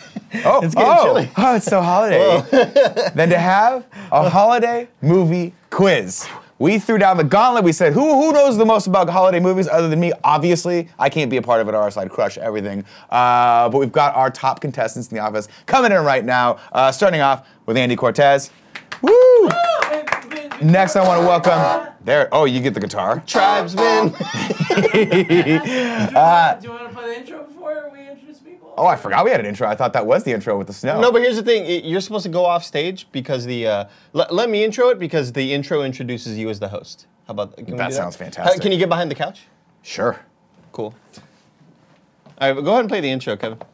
oh, it's getting oh, chilly. *laughs* Oh, it's so holiday *laughs* than to have *laughs* a holiday movie quiz. We threw down the gauntlet. We said, who, who knows the most about holiday movies other than me? Obviously, I can't be a part of it or else I'd crush everything. Uh, but we've got our top contestants in the office coming in right now, uh, starting off with Andy Cortez. Woo! Oh, wait, wait, wait. Next, I want to welcome. There. Oh, you get the guitar. Tribesman. Do you wanna- do you want to play the intro before we introduce people? Oh, I forgot we had an intro. I thought that was the intro with the snow. No, but here's the thing. y- You're supposed to go off stage because the. Uh, let, let me intro it because the intro introduces you as the host. How about can we That do sounds How- fantastic. Can you get behind the couch? sure. Cool. All right, but go ahead and play the intro, Kevin. Do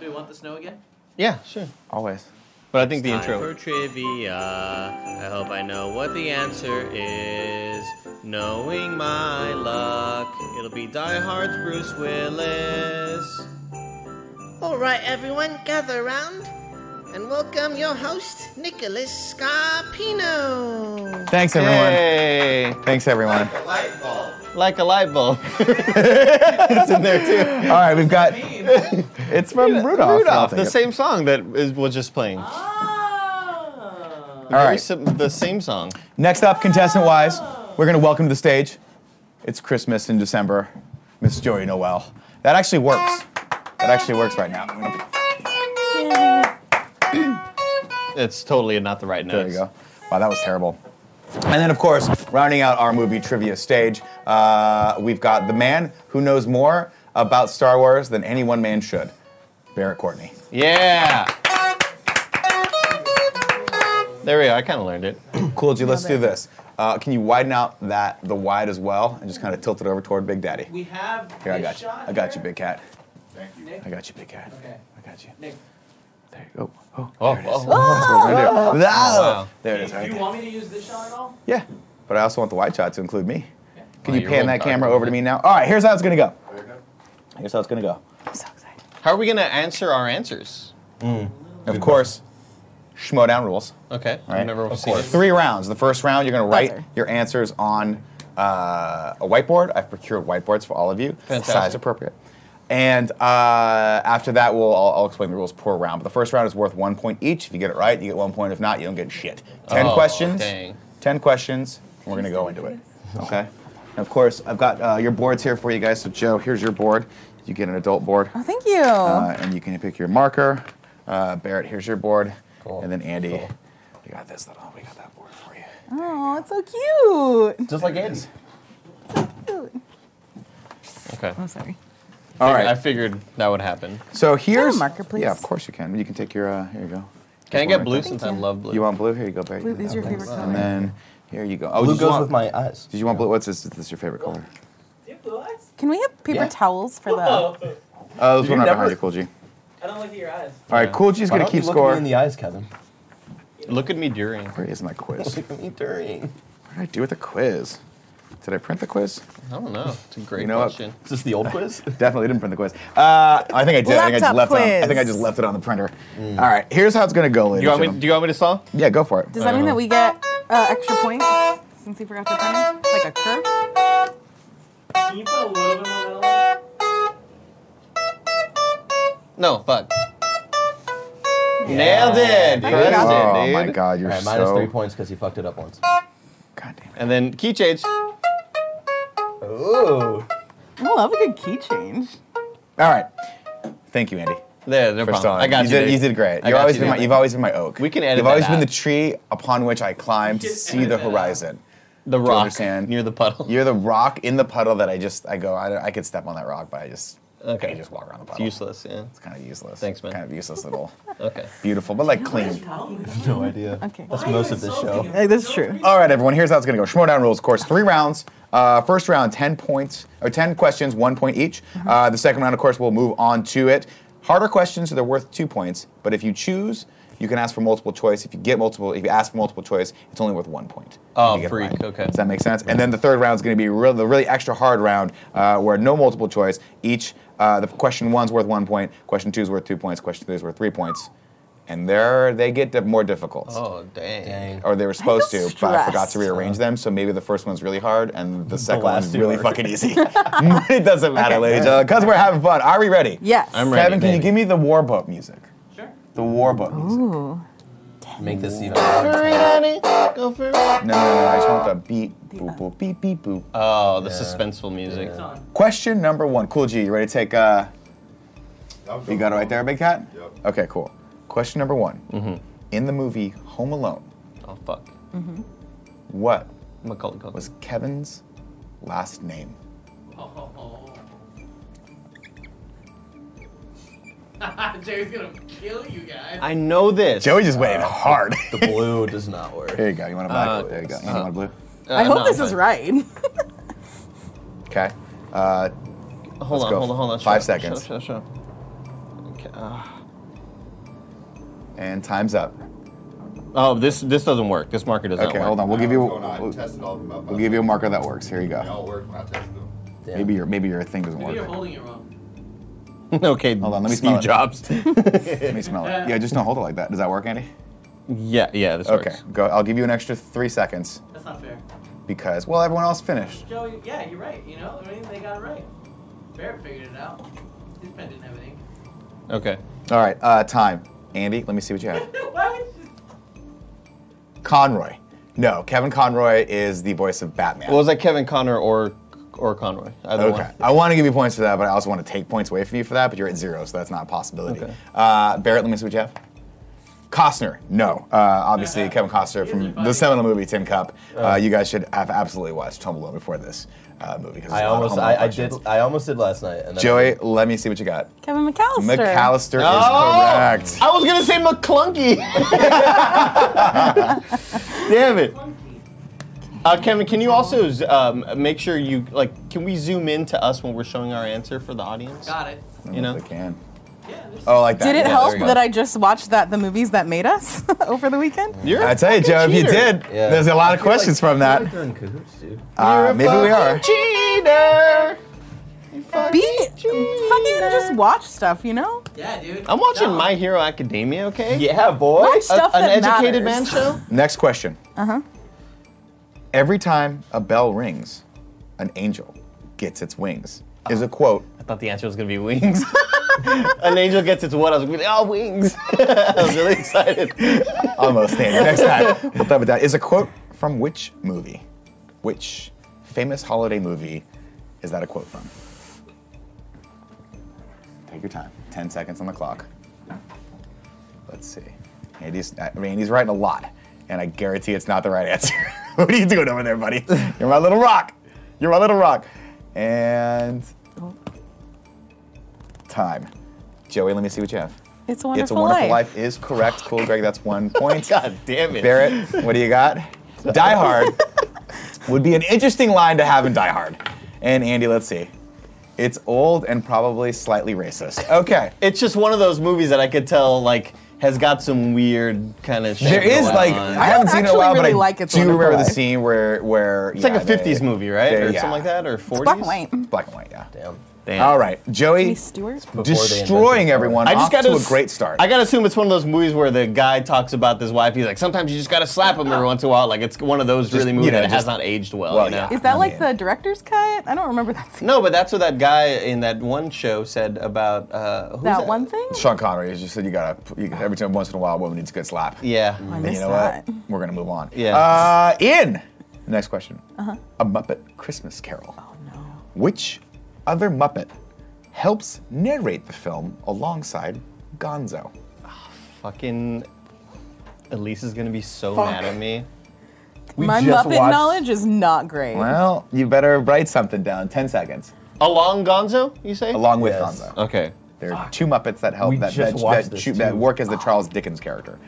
we want the snow again? Yeah, sure. Always. But I think the Time intro. for trivia. I hope I know what the answer is. Knowing my luck, it'll be Die Hard's Bruce Willis. All right, everyone, gather around and welcome your host, Nicholas Scarpino. Thanks, everyone. Hey, Thanks, everyone. like a light bulb. it's in there too. All right, we've got. *laughs* It's from Rudolph. I'll *laughs* Rudolph, take the it. same song that is, was just playing. Ah. All Very right. sim- the same song. Next up, contestant wise, we're going to welcome to the stage. It's Christmas in December, Miss Jory Noel. That actually works. That actually works right now. I'm gonna- It's totally not the right note. There you go. Wow, that was terrible. And then, of course, rounding out our movie trivia stage, uh, we've got the man who knows more about Star Wars than any one man should, Barrett Courtney. Yeah. There we go. I kind of learned it. Cool, G, let's do this. Uh, can you widen out that the wide as well and just kind of tilt it over toward Big Daddy? We have. Here, I this got you. shot I got you, here. big cat. Nick, I got you, big cat. Okay. I got you. Nick, There you go. Oh, Oh, there it is. oh, That's what we're gonna do. wow. There it do is. Right you there. want me to use this shot at all? Yeah, but I also want the wide shot to include me. Can Oh, you you're pan really that camera dark. over to me now? All right, here's how it's gonna go. Here's how it's gonna go. uh, How are we gonna answer our answers? Of course, schmo down rules. Okay. right? I've never Of seen course. it. Three rounds. The first round, you're going to write Buzzer. your answers on uh, a whiteboard. I've procured whiteboards for all of you, Fantastic. size appropriate. And uh, after that, we'll I'll, I'll explain the rules per round. But the first round is worth one point each. If you get it right, you get one point. If not, you don't get shit. Ten Oh, questions. dang. Ten questions. and We're going to go into it. Okay. And of course, I've got uh, your boards here for you guys. So Joe, here's your board. You get an adult board. Oh, thank you. Uh, and you can pick your marker. Uh, Barrett, here's your board. Cool. And then Andy, Cool. we got this little, we got that board for you. oh, it's so cute. Just like Andy. Cute. Okay. I'm oh, sorry. All I right. figured that would happen. So here's marker, please? Yeah, of course you can. You can take your. Uh, here you go. Can I Just get one blue right there. since I Thank you. love blue? You want blue? Here you go, baby. Blue is your favorite color. And then here you go. Oh, Blue did you goes want- with my eyes. Did you want blue? What's this? This is your favorite color? Can we have paper Yeah. towels for the? Uh, this You one right never- behind you, Cool G. All I don't look at your eyes. right, Cool G's Why gonna don't keep you look score. me in the eyes, Kevin? Look at me during. Where is my quiz? Look at me during. What did I do with the quiz? Did I print the quiz? I don't know. It's a great You know what? question. Is this the old quiz? Definitely didn't print the quiz. Uh, I think I did. I think I just Laptop left it. On, I quiz. think I just left it on the printer. All right, here's how it's gonna go, ladies. Do you want me? and Do you want me to solve? gentlemen. Yeah, go for it. Does that mean that we get uh, extra points since he forgot to print like a curve? Can you put a little bit more metal on? No, fuck. Nailed it. dude. Thank you. Nailed it, oh dude. my God, you're All right, minus so. three points because he fucked it up once. God damn it. And then key change. Ooh. I love a good key change. All right. Thank you, Andy. There, no for problem. stalling. I got you. you. Did, dude. you did great. I You've got always, you, been my, dude. you've always been my oak. We can edit You've always that been the out. tree upon which I climb to can see edit the that out. horizon. The rock understand. near the puddle. You're the rock in the puddle that I just I go I, don't- I could step on that rock, but I just Okay. I just walk around the It's puddle. useless. Yeah. It's kind of useless. Thanks, man. Kind of useless little. Okay. Beautiful, but like clean. *laughs* No idea. Okay. That's most of this show. Like, this is true. All right, everyone. Here's how it's gonna go. Schmodown rules, of course. Three rounds. Uh, first round, ten points or ten questions, one point each. Uh, the second round, of course, we'll move on to it. Harder questions, they're worth two points. But if you choose, you can ask for multiple choice. If you get multiple, if you ask for multiple choice, it's only worth one point. if Oh, you get it freak, right. okay. Does that make sense? And then the third round is going to be real, the really extra hard round uh, where no multiple choice. Each uh, the question one's worth one point, question two's worth two points, question three's worth three points, and there they get di- more difficult Oh dang. Dang. or they were supposed to, feel but I forgot stressed. to rearrange them. So maybe the first one's really hard, and the second last one's two really are- fucking *laughs* easy. *laughs* it doesn't matter, Okay. ladies and because we're having fun. Are we ready? Yes. I'm ready. Kevin, can you baby. give me the war boat music? Sure. The war boat music. No, Ooh. Make this even harder. no, no, no. I just want the beep, uh, boop, boop, beep, beep, boop. Uh, Oh, the suspenseful music. It's on. Question number one. Cool G, you ready to take? Uh, you got it right there, Big Cat. Yep. Okay, cool. Question number one. In the movie Home Alone, Oh fuck. what Macaulay Culkin. was Kevin's last name? Oh, oh, oh. *laughs* Jerry's gonna kill you guys. I know this. Joey just went in hard. The blue does not work. Here you go. You want a black? Uh, there you go. You want a blue? Uh, I hope no, this I'm is fine. right. *laughs* Okay. Uh, Hold Let's on, go. hold on, hold on. Shut Five up, shut up, seconds. Shut up, shut up. Okay, uh, and time's up. oh, this this doesn't work. This marker does Okay, not work. hold on. We'll give you. Going on. I We'll, tested all of them out. we'll give you a marker that works. Here you They go. all worked when I tested them. Damn. Maybe your maybe your thing doesn't Maybe you're work. holding it wrong. *laughs* okay, Hold on, let me Steve smell it. *laughs* Jobs. *laughs* Let me smell it. Yeah, just don't hold it like that. Does that work, Andy? yeah, yeah, this Okay. works. Go. I'll give you an extra three seconds That's not fair. because well, everyone else finished. Joey, yeah, you're right. You know, I mean, they got it right. Barrett figured it out. His pen didn't have an ink. Okay. All right. Uh, time. Andy, let me see what you have. Why would you- Conroy. No, Kevin Conroy is the voice of Batman. Well, was that Kevin Connor or or Conroy? Either Okay. one. I want to give you points for that, but I also want to take points away from you for that. But you're at zero, so that's not a possibility. Uh, Barrett, let me see what you have. Costner, no. Uh, obviously, Kevin Costner from the seminal movie Tin Cup. Uh, you guys should have absolutely watched Home Alone before this uh, movie. 'cause there's I a lot of almost, Home Alone I, I did, questions. I almost did last night. And then- Joey, let me see what you got. Kevin McAllister. McAllister Oh! is correct. I was gonna say McClunky. *laughs* Damn it. Uh, Kevin, can you also z- um, make sure you like? Can we zoom in to us when we're showing our answer for the audience? Got it. I You know. They can. Yeah, this Oh, like that. Did it Yeah, help there you go. that I just watched that the movies that made us *laughs* over the weekend? You're I tell you, Joe, if you did, Yeah. there's a lot I of feel like- questions from I that. feel like they're in cahoots, dude. Uh, maybe we are. Cheater. Be fucking just watch stuff, you know? Yeah, dude. I'm watching No. My Hero Academia. Okay. Yeah, boy. Watch stuff An that educated man matters. show. Next question. Uh huh. Every time a bell rings, an angel gets its wings. Is a quote. I thought the answer was gonna be wings. *laughs* An angel gets its what? I was like, oh, wings. *laughs* I was really excited. Almost Andy. Next time we'll dive it down. Is a quote from which movie? Which famous holiday movie is that a quote from? Take your time. Ten seconds on the clock. Let's see. Andy's I mean, he's writing a lot, and I guarantee it's not the right answer. *laughs* what are you doing over there, buddy? You're my little rock. You're my little rock. And time. Joey, let me see what you have. It's a wonderful, it's a Wonderful Life, is correct. Cool, Greg. That's one point. God damn it. Barrett, what do you got? Die Hard would be an interesting line to have in Die Hard. And Andy, let's see. It's old and probably slightly racist. Okay. It's just one of those movies that I could tell like has got some weird kind of. There is like I haven't seen it in actually a while, really but I like It's a do Wonderful remember the Life. scene where where It's like a 50s movie, right? they- or yeah. something like that, or 40s? Black and white. Black and white, yeah. Damn. Damn. All right, Joey, Hey, Stewart. destroying everyone. I just off got to a great start. I gotta assume it's one of those movies where the guy talks about this wife. He's like, sometimes you just gotta slap him every once in a while. Like it's one of those really you movies know, that has just- not aged well. well, you know? Oh, yeah. Is that I like mean- the director's cut? I don't remember that scene. No, but that's what that guy in that one show said about uh, who's that one thing? Sean Connery has just said you gotta you, every time once in a while a woman needs a good slap. Yeah. I And you missed know that. what? We're gonna move on. Yeah. Uh, in next question, uh-huh. a Muppet Christmas Carol. Oh, no. Which other Muppet helps narrate the film alongside Gonzo? Fucking. Elise is gonna be so mad at me. We My just Muppet watched- knowledge is not great. Well, you better write something down. Ten seconds, Along Gonzo, you say? along with Yes. Uh, Gonzo. Okay. There are two Muppets that help We that just that, watched that, this shoot- that too. work as the Charles Dickens character.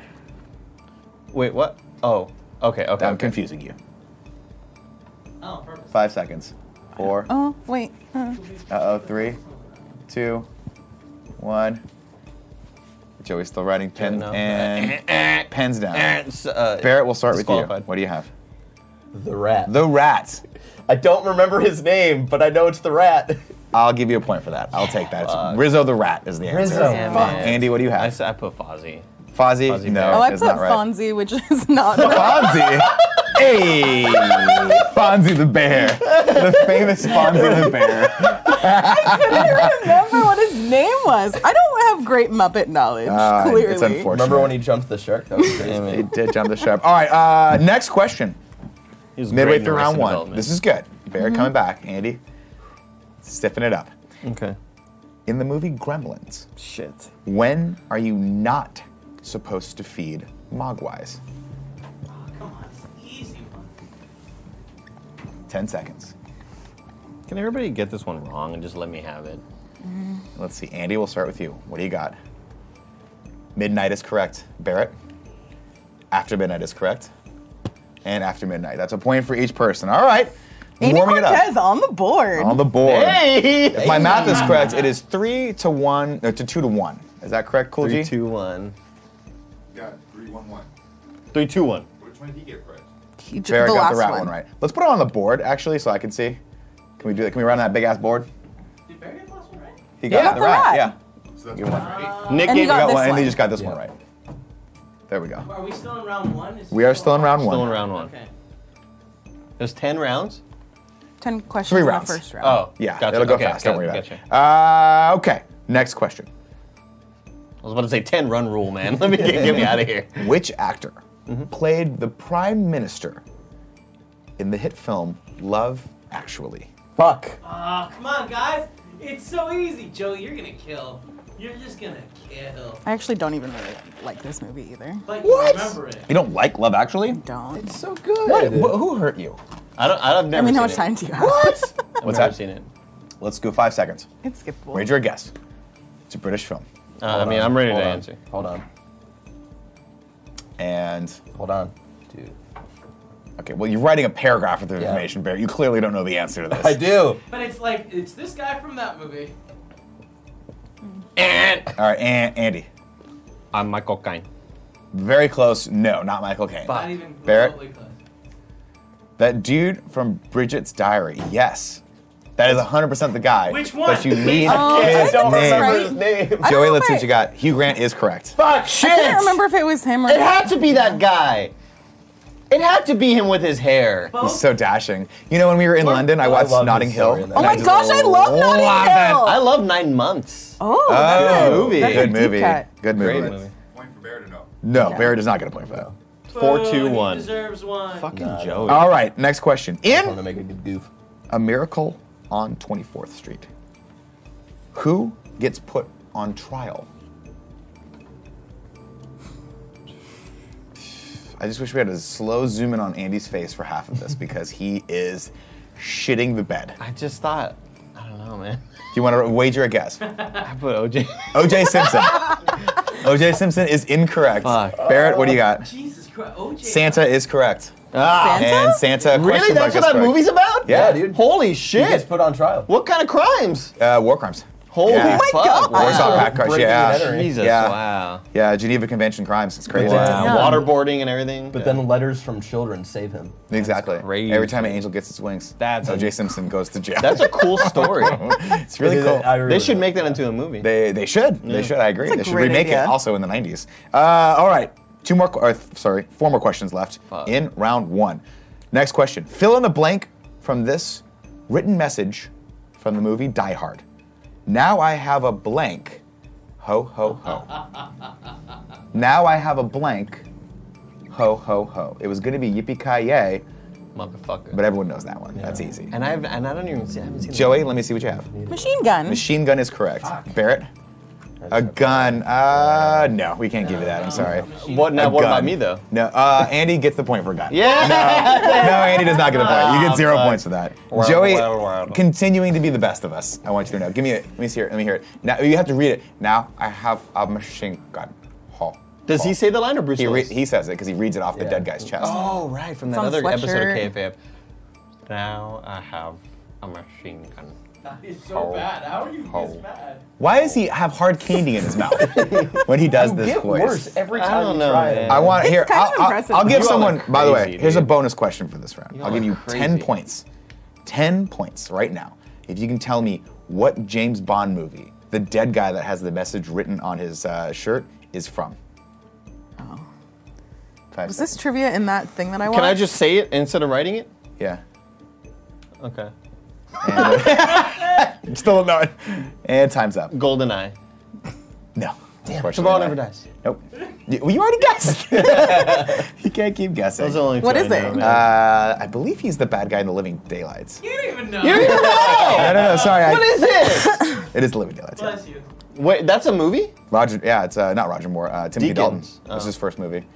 Wait, what? Oh. Okay. Okay. I'm okay. confusing you. Oh, purpose. Five seconds. Four. Oh, wait. Uh, Uh oh, three, two, one. Joey's still writing pen no. *clears throat* and pens down. It's, uh, Barrett, we'll start with you. disqualified. What do you have? The rat. The rat. I don't remember his name, but I know it's *laughs* the rat. I'll give you a point for that. I'll take that. It's Rizzo the rat is the answer. Rizzo. Damn Fuck. it. Andy, what do you I, have? s- I put Fozzie. Fozzie? Fozzie no, oh, I put it's not right. Fonzie, which is *laughs* not. *laughs* Fonzie. hey, Fonzie the bear, the famous Fonzie the *laughs* bear. remember what his name was. I don't have great Muppet knowledge, Ah, clearly. It's unfortunate. Remember when he jumped the shark? *laughs* That was crazy. He did jump the sharp. All right, uh, next question. He was great Midway in through Arrested round one. Development. This is good. Barrett Mm-hmm. coming back. Andy, stiffen it up. okay. In the movie Gremlins, Shit. when are you not supposed to feed mogwais? Oh, Come on, it's an easy one. 10 seconds. Can everybody get this one wrong and just let me have it? Let's see. Andy, we'll start with you. What do you got? Midnight is correct. Barrett? After midnight is correct. And after midnight. That's a point for each person. All right. Andy Warming it up. Cortez on the board. On the board. Hey! If my math is correct, it is three to one, no, to two to one. Is that correct, Cool Three, G? two, one. got 311. Three, two, one. Which one did he get correct? He j- Barrett the got last the rat one. right. Let's put it on the board actually, so I can see. Can we do that? Can we run that big ass board? Did Barry get the last one right? He Yeah, the the rat. rat. Yeah, So that's You won. right. Nick And you gave got got this one, and one. he just got this one Yeah. right. There we go. Are we still in round one? Is We are still in round one. Still in round one. Okay. There's ten rounds. Ten questions Three in rounds. the first round. Oh, Yeah, gotcha. it'll go Okay, fast. Don't got- worry about gotcha. it. Uh, okay, next question. I was about to say ten run rule, man. *laughs* Let me get, get *laughs* me out of here. Which actor Mm-hmm. played the prime minister in the hit film Love Actually? Fuck. Ah, come on, guys. It's so easy. Joey, you're gonna kill. You're just gonna kill. I actually don't even really like this movie either. But What? you remember it. You don't like Love Actually? Don't. So good. What? Wh- Who hurt you? I don't. I've I never. mean, how seen much it. Uh, time do you have? *laughs* What? I've What's never that? seen it. Let's go five seconds. It's skippable. Wager a guess. It's a British film, Uh, I mean, I'm ready to Hold on. answer. Hold on. and Hold on. Dude. okay, well, you're writing a paragraph with the Yeah. information, Barry. You clearly don't know the answer to this. I do. But it's like it's this guy from that movie. *laughs* All right, and Andy. I'm Michael Caine. Very close. No, not Michael Caine. Not even Barrett? remotely close. That dude from Bridget's Diary. Yes. That is 100% the guy. Which But one? you need Oh, I his don't name. remember. name. I don't Joey, know let's if see I- what you got. Hugh Grant is correct. Fuck shit! I can't remember if it was him or. It had to be that guy. It had to be him with his hair. Both? He's so dashing. You know, when we were in London, I I watched love Notting his Hill. story in that. oh and my I just gosh, I love Notting love it. Hill. I love Nine Months. oh, Oh, that's a- movie. that's a Good deep movie. cut. Good movie. Great movie. Point for Bear to know. No, Yeah. Barry does not get a point for that. Four, Boo, two, he one. Deserves one. Fucking Nah, Joey. All right, next question. I'm gonna In make a good goof. A Miracle on 24th Street, who gets put on trial? I just wish we had a slow zoom *laughs* in on Andy's face for half of this because he is shitting the bed. I just thought I don't know, man. *laughs* Do you want to wager a guess? I put OJ. *laughs* OJ Simpson. OJ Simpson is incorrect. Fuck. Barrett, what do you got? Jesus Christ, OJ. Santa is correct. ah, Santa? And Santa really? question mark That's what is that correct. movie's about? Yeah, dude. Holy He gets shit! put on trial. What kind of crimes? Uh, war crimes. Holy Yeah. Oh my fuck! God. Warsaw Wow. Pact crimes. Breaking and Yeah. entering. Jesus! Yeah. Wow. Yeah, Geneva Convention crimes. It's crazy. Wow. Yeah. Waterboarding and everything. But then letters from children save him. Exactly. That's crazy. Every time an angel gets its wings, That's OJ a- Simpson goes to jail. *laughs* that's a cool story. it's really cool. I really they should like make that into a movie. They they should. They should. I agree. That's a They should great remake it idea. also in the 90s. Uh, all right. Two more, qu- or th- sorry, four more questions left Fuck. in round one. Next question. Fill in the blank from this written message from the movie Die Hard. Now I have a blank. Ho, ho, *laughs* ho. now I have a blank. Ho, ho, ho. It was going to be Yippee Ki Yay, Motherfucker. but everyone knows that one. That's easy. and I've and I don't even see. I haven't seen. that. Joey, let me see what you have. Mm-hmm. Machine gun. Machine gun is correct. Barrett? A gun. Uh, no, we can't give you that. I'm sorry. What now? A What about gun. me though? *laughs* No, uh, Andy gets the point for gun. Yeah. No, Andy does not get the point. You get *laughs* Oh, zero fuck. points for that. Wow, Joey, wow, wow. continuing to be the best of us. I want you to know. Give me it. Let me see it. Let me hear it. Now you have to read it. Now I have a machine gun. Ho. Does he say the line or Bruce? He, re- Willis? he says it because he reads it off the Yeah. dead guy's chest. Oh right, from that on the other episode sweatshirt. of KFAF. Now I have a machine gun. That is so bad. How are you this bad? Why does he have hard candy in his mouth when he does this Get voice? worse every I time don't you know, try it. man. I want It's here. kind of I'll, I'll- impressive. I'll give You all someone. are by the way, crazy, here's a dude. bonus question for this round. You I'll all give are you ten crazy. points. Ten points right now if you can tell me what James Bond movie the dead guy that has the message written on his uh, shirt is from. Five Oh. Was this seconds. trivia in that thing that I watched? Can I just say it instead of writing it? Yeah. *laughs* Okay. And- Still don't know it. And time's up. Golden Eye. No. Damn. Tomorrow never dies. Nope. You, well, you already *laughs* guessed. *laughs* you can't keep guessing. That was the only What two I is it? know, man. uh, I believe he's the bad guy in The Living Daylights. You don't even know. You don't even know! No, no, no. Sorry. What I, is it? it is The Living Daylights. yeah. Bless you. *laughs* Wait, that's a movie? Roger, yeah, it's uh, not Roger Moore. Uh, Timothy Deakins. Dalton. This Oh. is his first movie.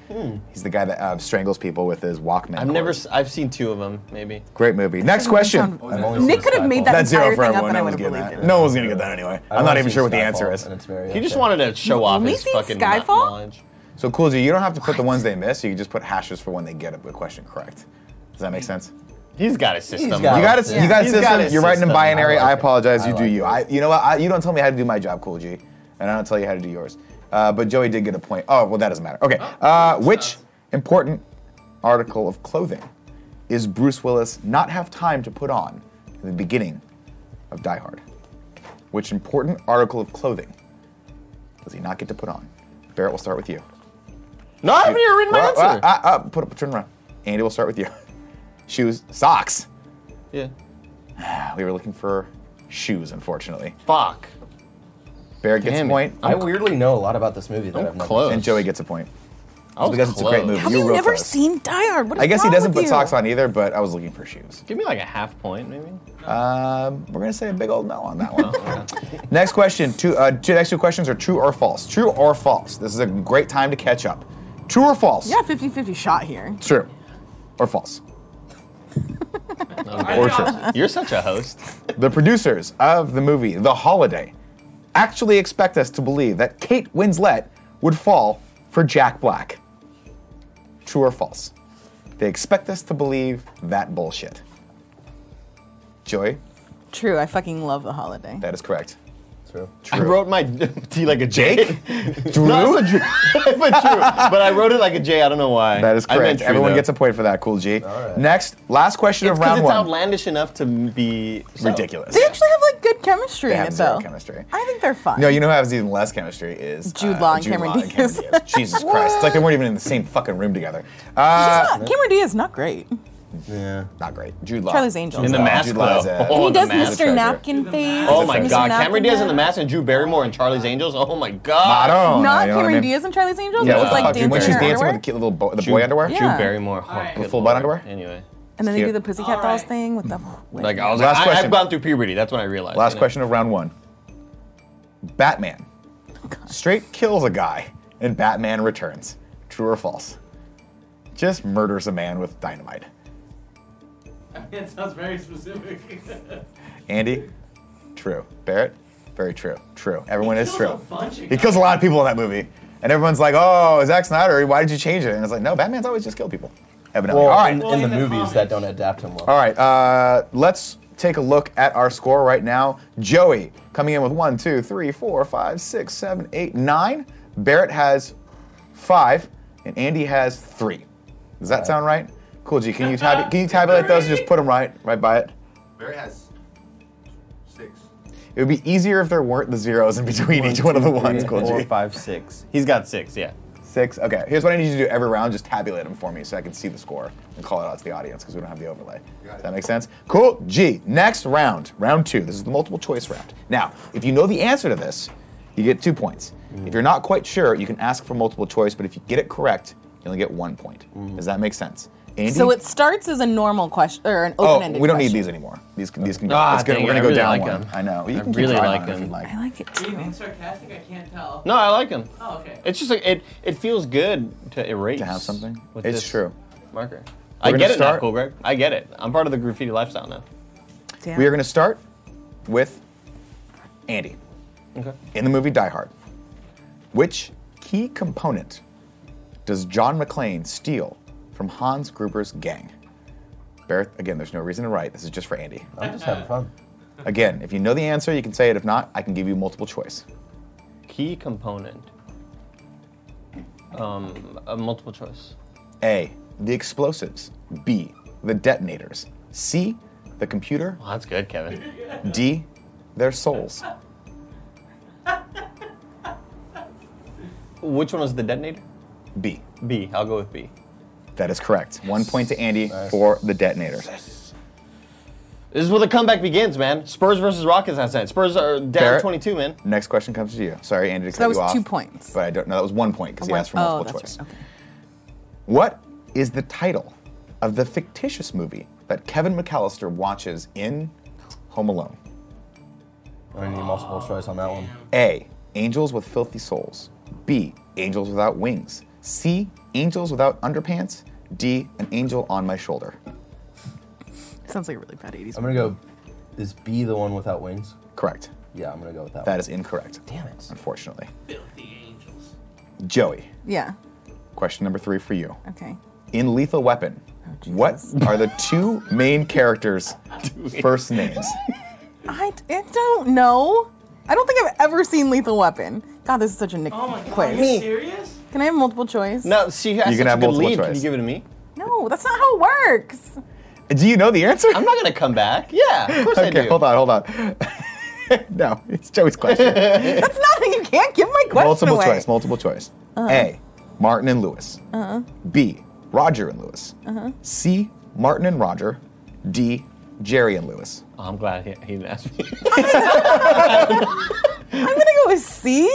He's the guy that uh, strangles people with his Walkman. I've never. cord. s- I've seen two of them, maybe. Great movie. Next doesn't question. sound- I've only Nick seen could have Skyfall. made that That's entire zero for thing up, and everyone. No I one's would have getting that. believed it. No one's gonna get that anyway. I've I'm not only even seen sure what the Skyfall, answer is. and it's very He just upsetting. wanted to show off only his seen fucking Skyfall? knowledge. So cool. You don't have to put the ones they miss. You can just put hashes for when they get a good question correct. Does that make sense? He's got his system. got You got it. Yeah. You got a He's system. got his You're writing in system. binary. I I, like it. apologize. I You do like you. it. I. You know what? I, you don't tell me how to do my job, Cool G, and I don't tell you how to do yours. Uh, but Joey did get a point. Oh well, that doesn't matter. Okay. Uh, which important article of clothing is Bruce Willis not have time to put on in the beginning of Die Hard? Which important article of clothing does he not get to put on? Barrett, we'll start with you. No, I haven't even written my Well, answer. uh, uh, uh, put up, turn around. Andy, we'll start with you. *laughs* Shoes, socks. yeah. We were looking for shoes, unfortunately. Fuck. Barrett gets Damn a it. point, uh, I weirdly know a lot about this movie that I'm I've never close. and Joey gets a point. I was because it's a great close. movie. Have You you were never close. seen Die Hard? What is I guess he wrong doesn't with put you? socks on either, but I was looking for shoes. Give me like a half point, maybe. Um, we're gonna say a big old no *laughs* on that one. next question. Two, uh, two next two questions are true or false. True or false. This is a great time to catch up. True or false? Yeah, 50-50 shot here. True. Or false. I know. *laughs* You're such a host. The producers of the movie The Holiday actually expect us to believe that Kate Winslet would fall for Jack Black. True or false? They expect us to believe that bullshit. Joy, True, I fucking love the holiday. that is correct. True. I wrote my *laughs* T like a J. Jake? *laughs* Drew? No, I put Drew. I put Drew. *laughs* But I wrote it like a J. I don't know why. That is I meant correct. Drew, Everyone though. gets a point for that, Cool G. right. Next, last question of It's round because it's one. outlandish enough to be so. Ridiculous. They actually have like good chemistry They in have it zero though. chemistry. I think they're fine. No, you know who has even less chemistry is uh, Jude Law and Cameron Diaz. Jesus Christ. It's like they weren't even in the same fucking room together. Uh, She's not, Cameron Diaz is not great. Yeah. not great. Jude Law. Charlie's Angels. In the Law. mask, Jude Law is though. a- Oh, he in the does mask. Mr. treasure. Napkin face. Oh Mr. my Mr. God! Cameron Napkin Diaz in the Head. mask and Drew Barrymore and Charlie's Angels. Oh my I God! Oh, don't know, Not you know what I Cameron mean? Diaz in Charlie's Angels. Yeah, it what was the like fuck? dancing when she's in her dancing underwear. with the, ki- little bo- the boy underwear? Yeah. Drew Barrymore. Oh, Alright. good The full butt Lord. underwear? Anyway, and then they do Cute. the pussycat All dolls right. thing with the. *laughs* like I was Last like, I, question. I've gone through puberty. That's when I realized. Last you know? question of round one. Batman straight kills a guy and Batman returns. True or false? Just murders a man with dynamite. I mean, it sounds very specific. Andy, True. Barrett? Very true. True. Everyone is kills true. a bunch of he kills a lot of people in that movie. And everyone's like, oh, Zack Snyder, why did you change it? And it's like, no, Batman's always just killed people. Evidently. Well, All right. in, Well, in the in the movies that comics. don't adapt him well. All right, uh, let's take a look at our score right now. Joey coming in with one, two, three, four, five, six, seven, eight, nine. Barrett has five, and Andy has three. Does that sound right? Cool, G. Can you tab- can you tabulate those and just put them right right by it? Barry has six. It would be easier if there weren't the zeros in between each one of the ones. Cool, Four, G. five, six. He's got six. Yeah. Six. Okay. Here's what I need you to do every round. Just tabulate them for me so I can see the score and call it out to the audience because we don't have the overlay. Got Does it. that make sense? Cool. G. Next round. Round two. This is the multiple choice round. Now, if you know the answer to this, you get two points. Mm. If you're not quite sure, you can ask for multiple choice, but if you get it correct, you only get one point. Mm. Does that make sense? Andy? So it starts as a normal question or an Oh, open-ended. we don't need question. these anymore. These can, these can go. Ah, it's gonna, dang we're it, gonna I go really down like one. them. I know. You I can keep really trying like on if them. you'd like. I like it Are you being too. sarcastic? I can't tell. No, I like him. Oh, okay. It's just like it. It feels good to erase. to have something. with It's this true. Marker. I gonna get it, now, start- cool, Greg. I get it. I'm part of the graffiti lifestyle now. Damn. We are going to start with Andy. Okay. In the movie Die Hard, which key component does John McClane steal from Hans Gruber's gang? Barrett, again, there's no reason to write. This is just for Andy. I'm just having fun. Again, if you know the answer, you can say it. If not, I can give you multiple choice. Key component. Um, a multiple choice. A, the explosives. B, the detonators. C, the computer. Well, that's good, Kevin. D, their souls. Which one was the detonator? B. B. I'll go with B. That is correct. One point to Andy for the detonators. This is where the comeback begins, man. Spurs versus Rockets last night. Spurs are down Barrett? 22, man. Next question comes to you. Sorry, Andy, to So cut that was you off, two points. But I don't know. That was one point because he One- asked for oh, multiple that's choice. right. Okay. What is the title of the fictitious movie that Kevin McAllister watches in Home Alone? I need multiple choice on that one. A. Angels with Filthy Souls. B. Angels Without Wings. C. Angels Without Underpants. D. An Angel on My Shoulder. Sounds like a really bad 80s. I'm gonna go. Is B the one without wings? Correct. Yeah, I'm gonna go with that. That one. is incorrect. Damn it. Unfortunately. Filthy angels. Joey, Yeah. question number three for you. Okay. in Lethal Weapon, what are the two main characters' first names? I, I don't know. I don't think I've ever seen Lethal Weapon. God, this is such a Nick Oh my god. Are quiz. you serious? Can I have multiple choice? No, she has You such can a have good multiple lead. Can choice. you give it to me? No, that's not how it works. Do you know the answer? I'm not gonna come back. Yeah, of course I *laughs* do. okay, hold on, hold on. *laughs* no, it's Joey's question. That's not. You can't give my question multiple away. choice, multiple choice. A. Martin and Lewis. B. Roger and Lewis. C. Martin and Roger. D. Jerry and Lewis. Oh, I'm glad he, he didn't ask *laughs* me. I'm gonna go with C.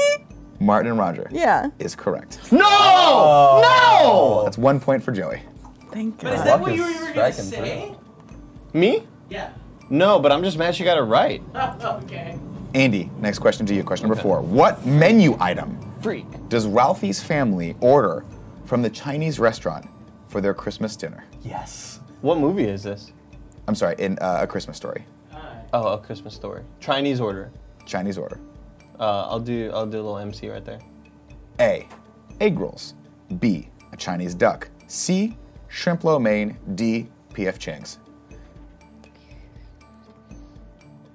Martin and Roger. Yeah. Is correct. no, Oh. That's one point for Joey. Thank But is God. that luck what is you were even gonna striking say? no. Me? Yeah. *laughs* No, but I'm just mad she got it right. okay. Andy, next question to you. Question number four. What menu item Freak. does Ralphie's family order from the Chinese restaurant for their Christmas dinner? yes. What movie is this? I'm sorry, in uh, A Christmas Story, Oh, A Christmas Story. Chinese order. Chinese order. Uh, I'll do. I'll do a little MC right there. A. Egg rolls. B. A Chinese duck. C. Shrimp lo mein. D. P.F. Chang's.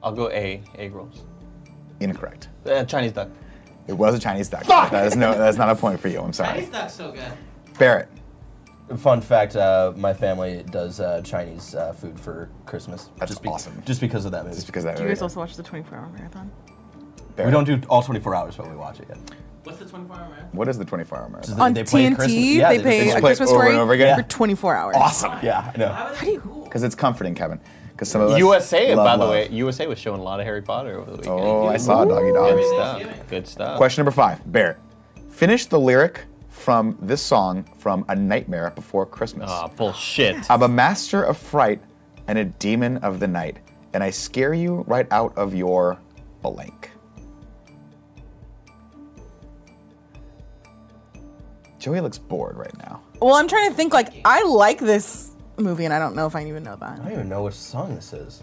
I'll go A. Egg rolls. Incorrect. Uh, Chinese duck. It was a Chinese duck. That is no. That's not a point for you. I'm That sorry. is not so good. Barrett. Fun fact: uh, My family does uh, Chinese uh, food for Christmas. That's just be- awesome. Just because of that movie. Just because that. Do you guys also watch the 24 hour marathon? we don't do all 24 hours, but we watch it. Yeah. What's the 24 hour marathon? What is the 24 hour marathon? On They play TNT, Christmas- yeah, they, they play just a play Christmas over story and over again? for 24 hours. Awesome. Yeah, I know. How do you cool? Because it's comforting, Kevin. Because some of us. USA, love by the love. way, USA was showing a lot of Harry Potter over the weekend. Oh, I saw Doggy Dog. Good Ooh. stuff. Good stuff. Question number five, Barrett. Finish the lyric from this song from A Nightmare Before Christmas. Ah, bullshit. I'm a master of fright and a demon of the night, and I scare you right out of your blank. Joey looks bored right now. Well, I'm trying to think. Like, I like this movie, and I don't know if I even know that. I don't even know which song this is.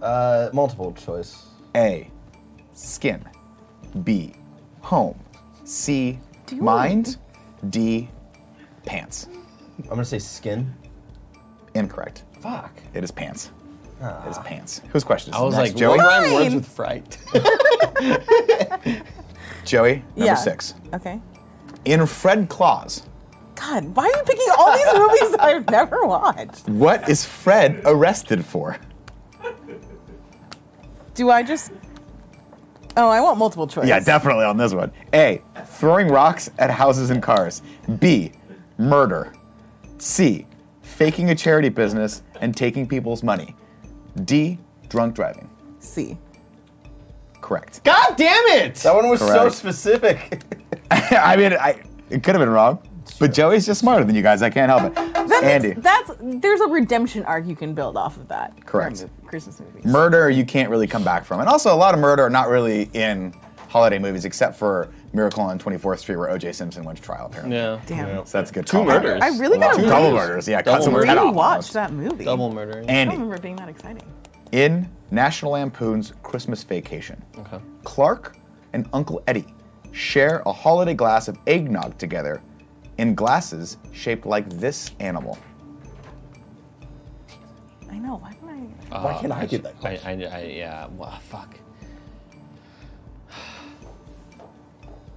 Uh, multiple choice. A. Skin. B. Home. C. Mind. D. Pants. I'm gonna say skin. Incorrect. Fuck. It is pants. It is pants. Whose question is I was next, like, Joey? what rhyme words with fright? Joey, number Yeah. six. Okay. In Fred Claus, God, why are you picking all *laughs* these movies that I've never watched? what is Fred arrested for? Do I just? Oh, I want multiple choice. Yeah, definitely on this one. A. Throwing rocks at houses and cars. B. Murder. C. Faking a charity business and taking people's money. D. Drunk driving. C. Correct. *laughs* *laughs* God damn it! That one was so Correct. specific. I mean, I, it could have been wrong, but Joey's just smarter than you guys. I can't help it. That makes- Andy. that's there's a redemption arc you can build off of that. for Correct. mo- Christmas movies. murder you can't really come back from. And also, a lot of murder are not really in holiday movies, except for Miracle on 24th Street, where O.J. Simpson went to trial, apparently. *laughs* Yeah. Damn. So that's a good Two call. murders. I really Wow. gotta Two re- double murders. Yeah, cut Double someone's head really off. watch almost. that movie. Double murder. I don't Andy, remember it being that exciting. in National Lampoon's Christmas Vacation, Okay. Clark and Uncle Eddie share a holiday glass of eggnog together in glasses shaped like this animal. I know. Why didn't I? Why can't I get that I, question? I, I, yeah, well, fuck. *sighs*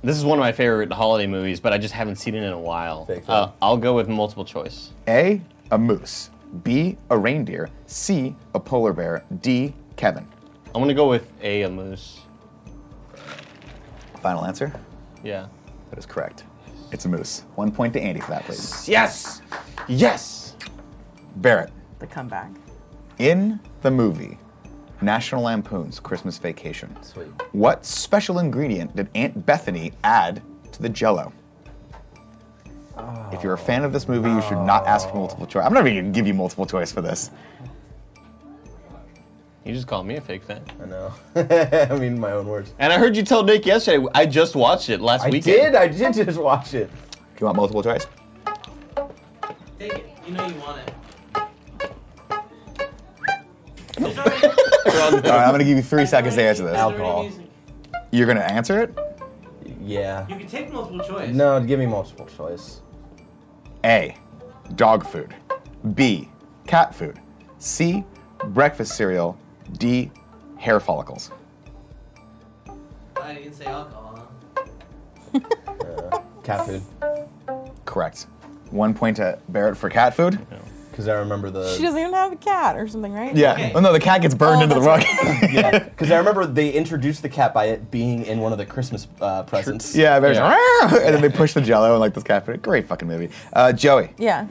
This is one of my favorite holiday movies, but I just haven't seen it in a while. Big fan. Uh, I'll go with multiple choice. A, a moose. B, a reindeer. C, a polar bear. D, Kevin. I'm gonna go with a, a moose. Final answer? Yeah. That is correct. It's a moose. One point to Andy for that, please. Yes! Yes! Barrett, The comeback. in the movie National Lampoon's Christmas Vacation, Sweet. what special ingredient did Aunt Bethany add to the jello? If you're a fan of this movie, you should not ask for multiple choice. I'm not even gonna give you multiple choice for this. You just called me a fake fan. I know. *laughs* I mean, my own words. And I heard you tell Nick yesterday, I just watched it last I weekend. did. I did just watch it. Do you want multiple choice? Take it. You know you want it. There's already, All right, I'm gonna give you three seconds to answer there's this. already Alcohol. music. You're gonna answer it? Yeah. You can take multiple choice. No, give me multiple choice. A. Dog food. B. Cat food. C. Breakfast cereal. D. Hair follicles. I didn't say alcohol. Cat food. Correct. One point to Barrett for cat food. Because I remember She the. doesn't even have a cat or something, right? Yeah. Okay. Oh no, the cat gets burned Oh, into the rug. that's Because I remember they introduced the cat by it being in one of the Christmas uh, *laughs* presents. yeah, Barrett's "Rah!" *laughs* and then they push the jello and like this cat food. Great fucking movie. Uh, Joey, Yeah.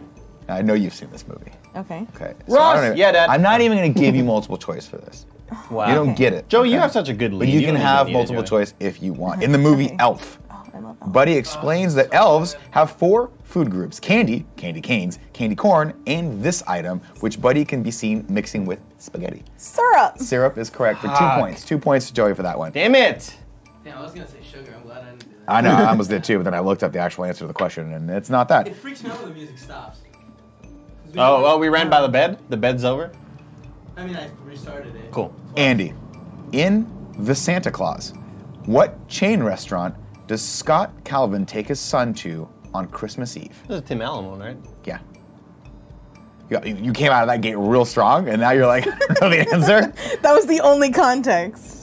I know you've seen this movie. Okay. Okay. Ross, I don't even- yeah, Dad. I'm not even gonna give you multiple choice for this. Wow. You don't get it. Joe, you okay? have such a good lead. But you, can don't even have need it, multiple Joey. choice if you want. In the movie Okay. Elf, Oh, I love that. Buddy explains that elves have four food groups candy, candy canes, candy corn, and this item, which Buddy can be seen mixing with spaghetti. Syrup. Syrup is correct for two Fuck. points. Two points to Joey for that one. Damn it! Damn, I was gonna say sugar. I'm glad I didn't do that. I know, *laughs* I almost did too, but then I looked up the actual answer to the question, and it's not that. It freaks me out when the music stops. 'Cause we- Oh, oh, we ran by the bed? The bed's over? I mean, I restarted it. Cool. Andy, in The Santa Claus, what chain restaurant does Scott Calvin take his son to on Christmas Eve? This is Tim Allen one, right? Yeah. You, you came out of that gate real strong, and now you're like, *laughs* I don't know the answer. *laughs* That was the only context.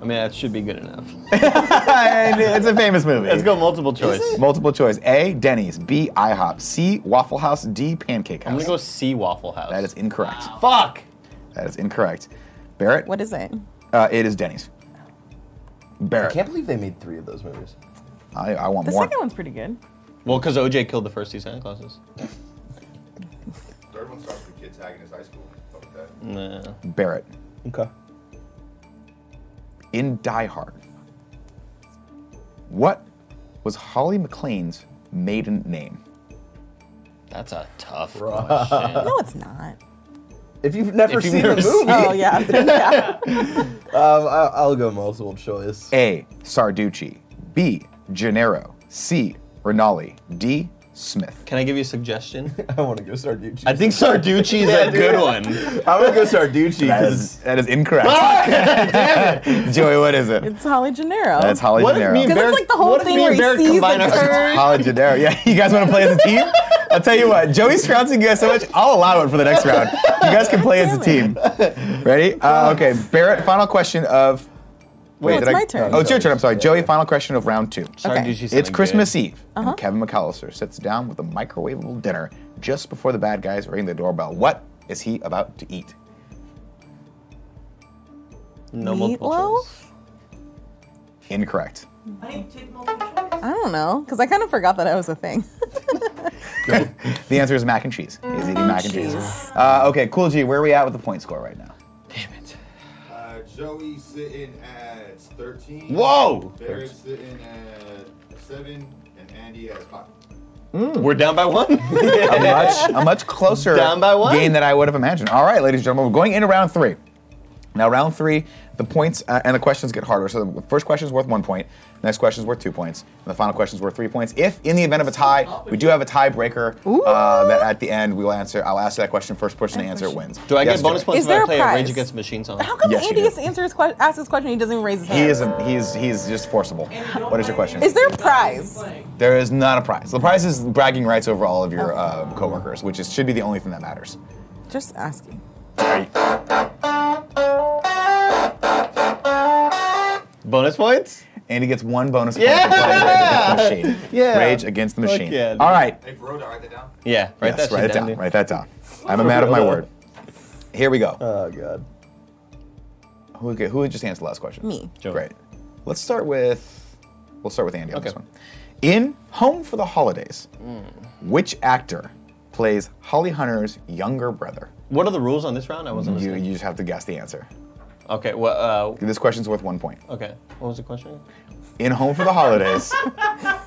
I mean, that should be good enough. *laughs* and it's a famous movie. Let's go multiple choice. Multiple choice. A. Denny's. B. IHOP. C. Waffle House. D. Pancake House. I'm gonna go see Waffle House. That is incorrect. fuck. That is incorrect. Barrett. What is it? Uh, it is Denny's. I Barrett. can't believe they made three of those movies. I, I want The more. second one's pretty good. Well, because OJ killed the first two Santa Clauses. Third one starts with a kid tagging his high school. Fuck that. Mm. Nah. Barrett. Okay. In Die Hard. What was Holly McLean's maiden name? That's a tough question. No, *laughs* it's not. If you've never If you've seen never the seen movie, Oh yeah. *laughs* yeah. um, I- I'll go multiple choice. A. Sarducci. B. Gennaro. C. Rinaldi. D. Smith. Can I give you a suggestion? *laughs* I want to go Sarducci. I think Sarducci is a good one. *laughs* I want to go Sarducci That because is, that is incorrect. *laughs* Joey, *laughs* what is it? It's Holly Gennaro. That's Holly What if Gennaro. me and 'Cause Barrett, it's like the whole what if thing me where and he Barrett sees combine the our *laughs* turn. Holly Gennaro. Yeah, *laughs* you guys want to play as a team? I'll tell you what, Joey's trouncing you guys so much, I'll allow it for the next round. You guys can play as a team. Ready? Uh, okay, Barrett, final question of. Wait, it's did I- my turn. Oh, it's your turn. I'm sorry. Joey, final question of round two. Sarducci's It's something Christmas good. Eve, Uh-huh. and Kevin McAllister sits down with a microwavable dinner just before the bad guys ring the doorbell. What is he about to eat? No multiple Meatloaf? choice. Incorrect. I don't know, because I kind of forgot that I was a thing. *laughs* The answer is mac and cheese. He's eating mac and cheese. cheese. Uh, okay, Cool G, where are we at with the point score right now? Uh, Joey sitting at 13. Whoa! Barrett sitting at 7. And Andy at 5. We're down by one. *laughs* A *laughs* much, a much closer Down by one. game than I would have imagined. All right, ladies and gentlemen, we're going into round three. Now, round three, the points uh, and the questions get harder. So, the first question is worth one point, the next question is worth two points, and the final question is worth three points. If, in the event of a tie, we do have a tiebreaker uh, that at the end we will answer. I'll ask that question. First person to answer it wins. Do I Yes, get bonus Joey. points Is if I there a play a prize? Rage Against the Machine song? How come Yes, you Andy do. gets to answer his que- ask his question and he doesn't raise his hand? He is a, he's he's just forcible. What is your question? Is there a prize? There is not a prize. The prize is bragging rights over all of your uh, coworkers, which is, should be the only thing that matters. Just asking. Bonus points? And he gets one bonus Yeah! point for playing Rage *laughs* Against the Machine. Yeah. Rage Against the Fuck Machine. yeah, dude. all right. Hey, Verona, write that down. Yeah, yes, write that write shit it down. dude. Write that down. I'm a man of my word. Here we Uh. go. oh god, Who would, get- who would just answer the last question? Me. Joey. Great. Let's start with. We'll start with Andy on this Okay. Hmm. one. In Home for the Holidays, which actor plays Holly Hunter's younger brother? What are the rules on this round? I wasn't You, listening. you just have to guess the answer. Okay, well, This question's worth one point. uh, okay. What was the question? In Home for the *laughs* Holidays,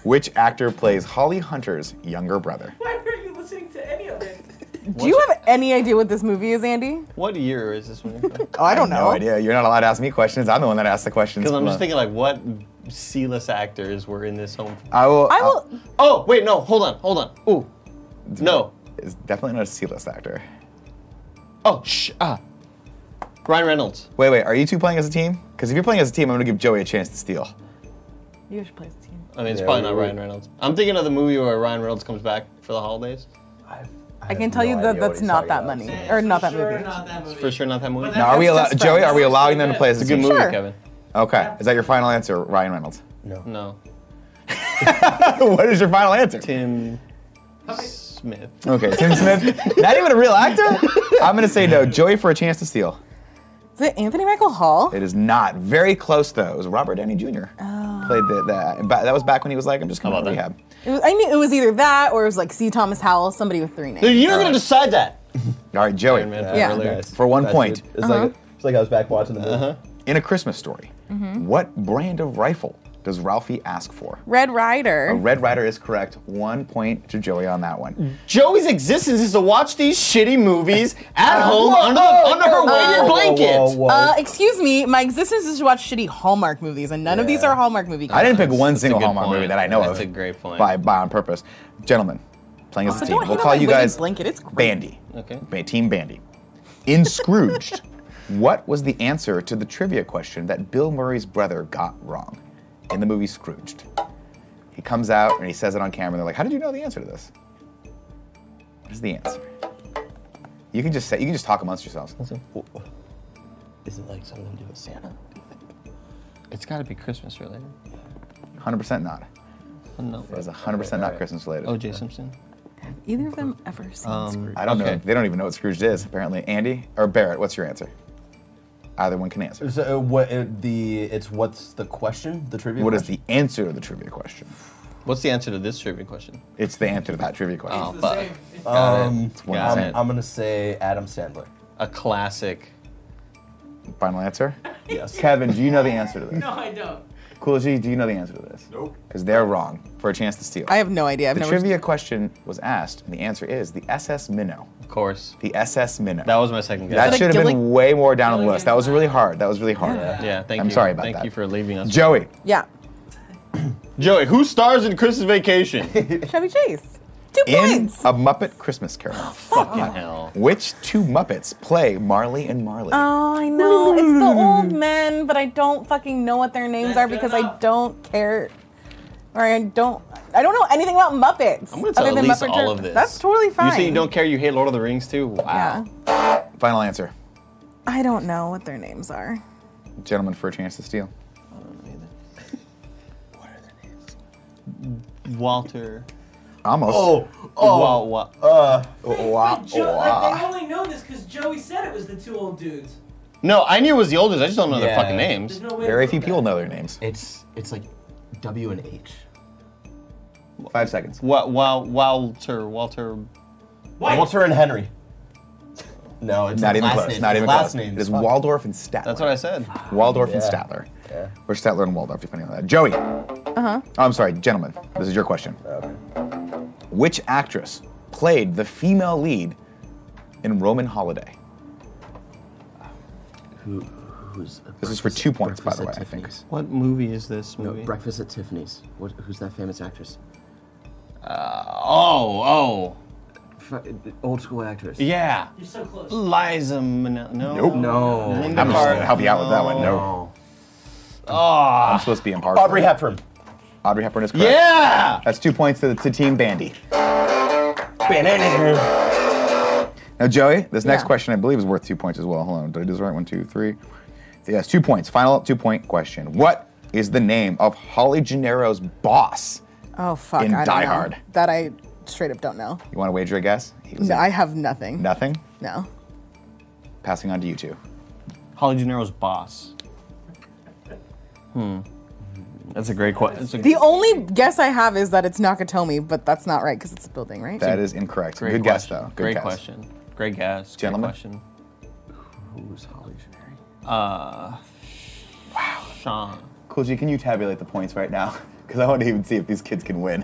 which actor plays Holly Hunter's younger brother? Why are you listening to any of it? Do you have any idea what this movie is, Andy? What year is this *laughs* one? Because Oh, I don't No idea. You're not allowed to ask me questions. I'm the one that asks the questions. I'm just thinking, like, what C-list actors were in this home? I will. I will. Oh, wait, no, hold on, hold on. Ooh, no. It's definitely not a C-list actor. Oh, shh, ah. Ryan Reynolds. Wait, wait. Are you two playing as a team? Because if you're playing as a team, I'm gonna give Joey a chance to steal. You should play as a team. I mean, it's Yeah, probably we- not we- Ryan Reynolds. I'm thinking of the movie where Ryan Reynolds comes back for the holidays. I can tell you that that's not that money, or not that movie. Not that movie. For sure, not that movie. But Now, are we That's allo- just Joey? friends. Are we allowing them to play as a it's a good team? movie, Sure. Kevin. Okay. Is that your final answer, Ryan Reynolds? *laughs* No, what is your final answer? Tim Smith. Okay, Tim Smith. not even a real actor. I'm gonna say no. Joey for a chance to steal. Is it Anthony Michael Hall? It is not. Very close though. It was Robert Downey Jr. Oh. Played the, the ba- that was back when he was like, I'm just coming out about of that? rehab. It was, I knew it was either that or it was like C. Thomas Howell, somebody with three names. Dude, you're gonna decide that. All right, Joey. Man, Yeah. earlier. Nice. For one That's point. Uh. it. It's, like, it's like I was back watching the movie. In a Christmas story, what brand of rifle does Ralphie ask for? Red Rider. A Red Rider is correct. One point to Joey on that one. Joey's existence is to watch these shitty movies at home under, under her weighted blanket. Whoa, whoa. Uh, excuse me, my existence is to watch shitty Hallmark movies, and none of these Yeah. are Hallmark movie I didn't pick characters. one single good Hallmark point. movie that I know That's of. a great point. By, by on purpose, gentlemen, playing as a So team. don't We'll hate on call my you weighted guys blanket, it's great. Bandy. Okay. Ba- Team Bandy. In *laughs* Scrooged, what was the answer to the trivia question that Bill Murray's brother got wrong in the movie Scrooged? He comes out and he says it on camera. And they're like, "How did you know the answer to this?" What is the answer? You can just say. You can just talk amongst yourselves. Is it like something to do with Santa? It's got to be Christmas related. 100% not. No. It was 100% not Christmas related. O.J. Simpson. Um, Either of them ever seen Scrooge? I don't Okay. know. They don't even know what Scrooge is, apparently. Andy or Barrett, what's your answer? Either one can answer. So, uh, what uh, the? It's what's the question? The trivia. What is question? the answer to the trivia question? What's the answer to this trivia question? It's the answer to that trivia question. Oh, It's the fuck. same. It's Got Um, it. one Got percent. it. I'm gonna say Adam Sandler. A classic. Final *laughs* answer? Yes. Kevin, do you know the answer to this? No, I don't. Cool G, do you know the answer to this? Nope. Because they're wrong for a chance to steal. I have no idea. I've the never. trivia question was asked, and the answer is the SS Minnow. Of course. The SS Minnow. That was my second guess. That Is it a should have been Gilli- way more down on the Gilligan list. That was really hard. That was really hard. yeah, thank I'm you. sorry about thank that. you for leaving us. Joey, Yeah, Joey, who stars in Christmas Vacation? Chevy Chase. two in points. a Muppet Christmas Carol. *laughs* Fucking hell. Which two Muppets play Marley and Marley? Oh, I know. It's *laughs* the old men, but I don't fucking know what their names That's are good because I enough. don't care. Or I don't I don't know anything about Muppets. I'm gonna tell other than Elise Muppet all Tur- of this. That's totally fine. You say you don't care. You hate Lord of the Rings too. Wow. Yeah. Final answer. I don't know what their names are. Gentlemen for a chance to steal. *laughs* Walter. Almost. Oh. Wa- Uh, wa- Wah, But Joe, wah. like, they only know this because Joey said it was the two old dudes. No, I knew it was the oldest. I just don't know their Yeah. fucking There's names. no way. Very to few prove people that. know their names. It's it's like W and H. Five seconds. Wa- wa- Walter. Walter. White. Walter and Henry. *laughs* No, it's Not even his last close. Name. Not even last close. Name. It is Fuck. Waldorf and Statler. That's what I said. Waldorf and Yeah. Statler. Yeah. Uh-huh. Or Statler and Waldorf, depending on that. Joey. Uh huh. Oh, I'm sorry, gentlemen. This is your question. Oh, Okay. Which actress played the female lead in Roman Holiday? Who, who's This is for two points, by the way, I think. What movie is this No, movie? Breakfast at Tiffany's. What? Who's that famous actress? Uh, oh, oh. F- old school actress. Yeah. You're so close. Liza Minnelli. No. Nope. No. Linda I'm just Carter. gonna help you out with that one. No. No. Oh. I'm supposed to be impartial. Aubrey Hepburn. Audrey Hepburn is correct. Yeah. That's two points to, to Team Bandy. Now, Joey, this next Yeah. question I believe is worth two points as well. Hold on, did I do this right? One, two, three. Yes, two points. Final two point question. What is the name of Holly Gennaro's boss? Oh fuck. In I don't Die know. Hard. That I straight up don't know. You want to wager a guess? He was No, a- I have *laughs* nothing. nothing. No. Passing on to you two. Holly Gennaro's boss. Hmm. That's a great question. The only guess I have is that it's Nakatomi, but that's not right because it's a building, right? That is incorrect. Great Good guess question. though. Good great guess. question. Great guess. Gentlemen? Great question. Who's Holly Jenner? Uh, Sean. Cool G, can you tabulate the points right now? *laughs* Because I want to even see if these kids can *laughs* win.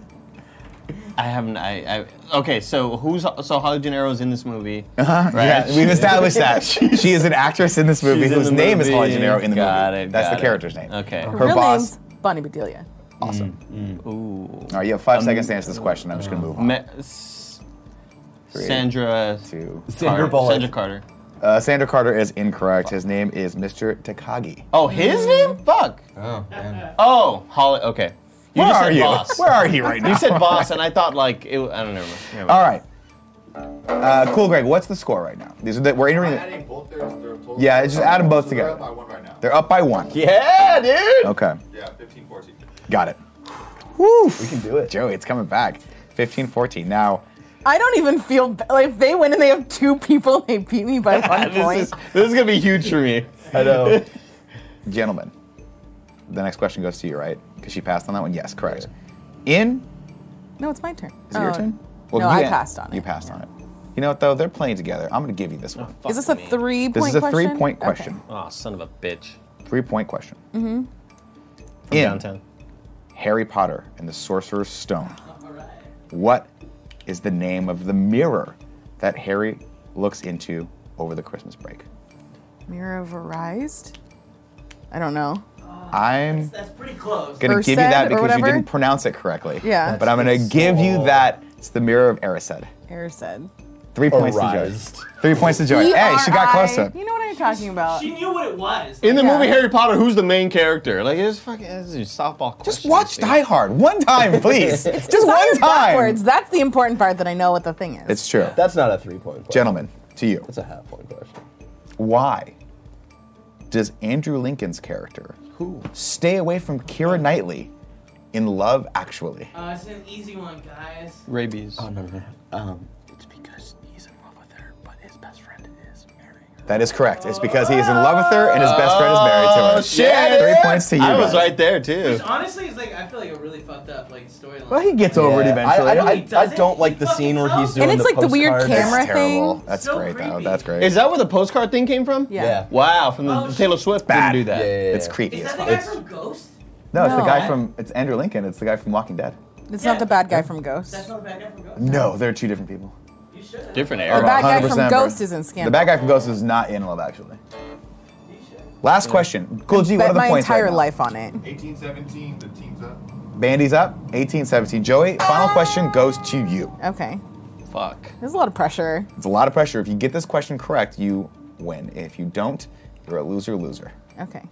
I haven't. I, I. Okay. So who's so Holly Gennaro's in this movie? Uh-huh, *laughs* Yeah, we've established that. she is an actress in this movie She's in whose the name is Holly movie. Gennaro in the Got movie. it, That's got the it. character's name. Okay. Her Real boss. name's Bonnie Bedelia. Awesome. Ooh. All right, you have five seconds to answer this question. I'm just going to move on. Me, S- Sandra. to Sandra Carter- Bullock. Sandra Carter. uh, Sandra Carter is incorrect. His name is Mr. Takagi. Oh, his name? Fuck. Oh man. Oh, Holly. Okay. You Where just are said you? *laughs* boss. Where are you right now? You said boss, and I thought like it, I don't know. Never mind. All right. Uh, cool, Greg. What's the score right now? These are the, we're entering. I'm The, adding both their, their total. Yeah, just add 'em both So they're together. up by one right now. they're up by one. Yeah, dude. Okay, Yeah, 15, 14. got it. Woo! We can do it. Joey, it's coming back. 15-14. Now, I don't even feel ba- like if they win and they have two people, they beat *laughs* me by one point. This is, this is gonna be huge for me. *laughs* I know. gentlemen, the next question goes to you, right? Because she passed on that one. Yes, correct. In No, it's my turn. Is it your Oh. turn? no, you I an- passed on it. You passed on it. You know what though? They're playing together. I'm gonna give you this one. Is this a three-point This question? is a three-point Okay. question. Oh, son of a bitch. Three-point question. From In downtown. Harry Potter and the Sorcerer's Stone, what is the name of the mirror that Harry looks into over the Christmas break? Mirror of Arised? I don't know. I'm That's pretty close. gonna give you that Erised or because you whatever? didn't pronounce it correctly. Yeah. But I'm gonna That's- give you that. It's the mirror of Erised. Air said. E Three points to Arised. Joy. Three points to Joy. Hey, she got close to it. You know what I'm talking about. She knew what it was. In the Yeah. movie Harry Potter, who's the main character? Like it's fucking it's a softball. Just question, watch dude. Die Hard one time, please. *laughs* Just Sorry, one time. Backwards. That's the important part that I know what the thing is. It's true. That's not a three point question. Gentlemen, to you. That's a half point question. Why does Andrew Lincoln's character stay away from Kira Knightley in Love Actually? Uh, it's an easy one, guys. Rabies. Oh, no, no, no. Um, it's because he's in love with her, but his best friend is marrying her. That is correct. It's because he is in love with her and his best friend is married to her. Oh, shit. Three points to you. I was guys. right there too. Which honestly is like I feel like a really fucked up like storyline. Well, uh, he gets over it eventually. I, I, He I, I doesn't. don't like He the fucking scene where he's doesn't. doing And it's like the weird postcards. That's camera terrible. thing. That's So great, though. creepy. That's great. Is that where the postcard thing came from? yeah. Yeah. Wow, from the Oh, shit. Taylor Swift bad? didn't do that. Yeah, yeah, yeah. It's creepy Is as that the fuck. guy from Ghost? No, it's the No. guy from. It's Andrew Lincoln. It's the guy from Walking Dead. It's Yeah. not the bad guy from Ghost. That's not the bad guy from Ghost. No, they're two different people. You should. Different Or era. bad guy from 100% Ghost is in The Scandal. bad guy from Ghost is not in Love Actually. You should. Last question. Cool G, what are Bet the my points right entire now? life on it. 18, 17, the team's up. Bandy's up, 18, 17. Joey, final question goes to you. Okay. Fuck. There's a lot of pressure. It's a lot of pressure. If you get this question correct, you win. If you don't, you're a loser loser. Okay.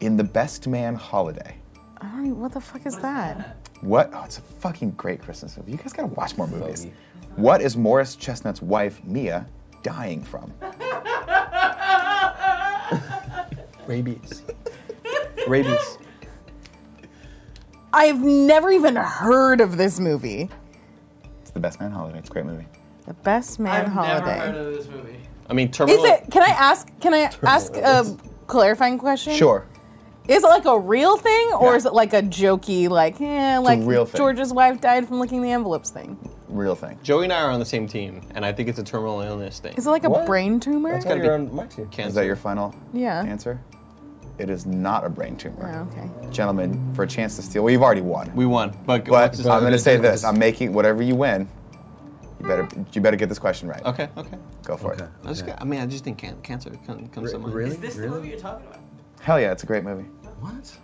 In the best man holiday. I don't even, what the fuck is that? What? Oh, it's a fucking great Christmas movie. You guys gotta watch more movies. What is Morris Chestnut's wife, Mia, dying from? Rabies. Rabies. I've never even heard of this movie. It's the best man holiday. It's a great movie. The Best Man I've Holiday. never heard of this movie. I mean, Is terminal. it? Can I ask? Can I ask a clarifying question? Sure. Is it like a real thing, or Yeah. is it like a jokey, like eh, a like real thing. George's wife died from licking the envelopes thing? Real thing. Joey and I are on the same team, and I think it's a terminal illness thing. Is it like a What? brain tumor? That's gotta gotta be be- on mic too. Is Cancer. that your final Yeah. answer? It is not a brain tumor. Oh, okay. Gentlemen, for a chance to steal, well, you've already won. We won, but, but what's his- I'm going to say this. I'm making whatever you win. You better, you better get this question right. okay, okay. Go for it. I, just, I mean, I just think can- cancer can- comes to mind. really? Is this the movie you're talking about? Hell yeah, it's a great movie. What?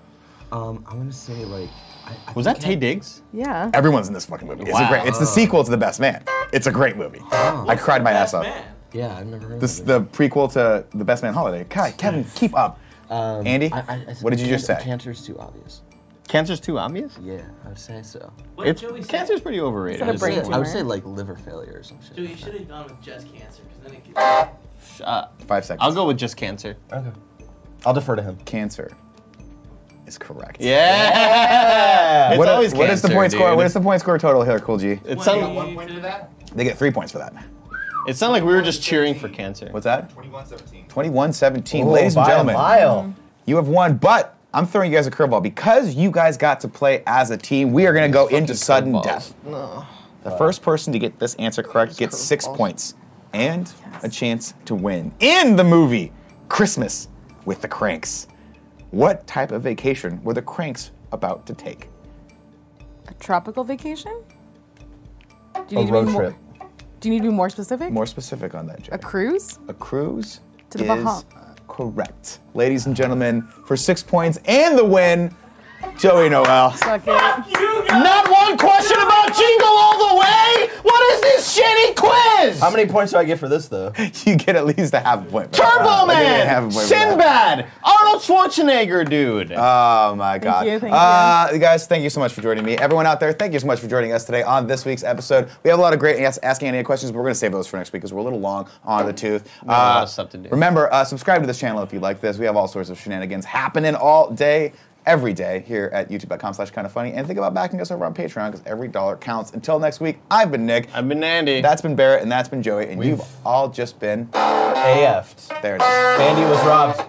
Um, I'm gonna say like. I, I Was that think Tay Diggs? Yeah. Everyone's in this fucking movie. It's a Wow. great. It's the sequel to The Best Man. It's a great movie. I cried my ass Oh. Best off. Man. I- yeah, I've never heard. This is of it. the prequel to The Best Man Holiday. God, Kevin, keep up. Um, Andy, I- I- I- what did you just cancer- say? Cancer's too obvious. Cancer's too obvious? Yeah, I would say so. What did It's, Joey say? cancer's pretty overrated. Instead of It's brain like- I tumor. would say like liver failure or some shit. Dude, you should have gone with just cancer, because then it *laughs* could. uh, Five seconds. I'll go with just cancer. Okay. I'll defer to him. Cancer is correct. Yeah. It's What, always what is the cancer, point score? dude. What is the point score total here, Cool G? It You got sounded one point for that? They get three points for that. it sound like we were just cheering for cancer. What's that? 2117. 21-17. Oh, Ladies and by a gentlemen, Mm-hmm. mile. you have won, but I'm throwing you guys a curveball. Because you guys got to play as a team, we are going to go into sudden curveballs. death. The first person to get this answer correct gets six points and a chance to win in the movie Christmas with the Cranks. What type of vacation were the Cranks about to take? A tropical vacation? Do you A need to be road more- trip. Do you need to be more specific? More specific on that, Jay. A cruise? A cruise To the is Bahamas. correct. Ladies and gentlemen, for six points and the win, Joey Noel. Fuck it. Not one question about Jingle All the Way? What is this shitty quiz? How many points do I get for this though? *laughs* you get at least a half a point. for that. Turbo I think you get a half a Man, point for that. Sinbad, Arnold Schwarzenegger, dude. Oh my God. you, thank uh, you. Guys, thank you so much for joining me. Everyone out there, thank you so much for joining us today on this week's episode. We have a lot of great Ask Ask Annie questions, but we're going to save those for next week because we're a little long on the tooth. have a lot of stuff to do. Remember, uh, subscribe to this channel if you like this. We have all sorts of shenanigans happening all day. Every day here at youtube.com slash kind of funny. And think about backing us over on Patreon because every dollar counts. Until next week, I've been Nick. I've been Andy. That's been Barrett, and that's been Joey, and We've- you've all just been. AF'd. There it is. Andy was robbed.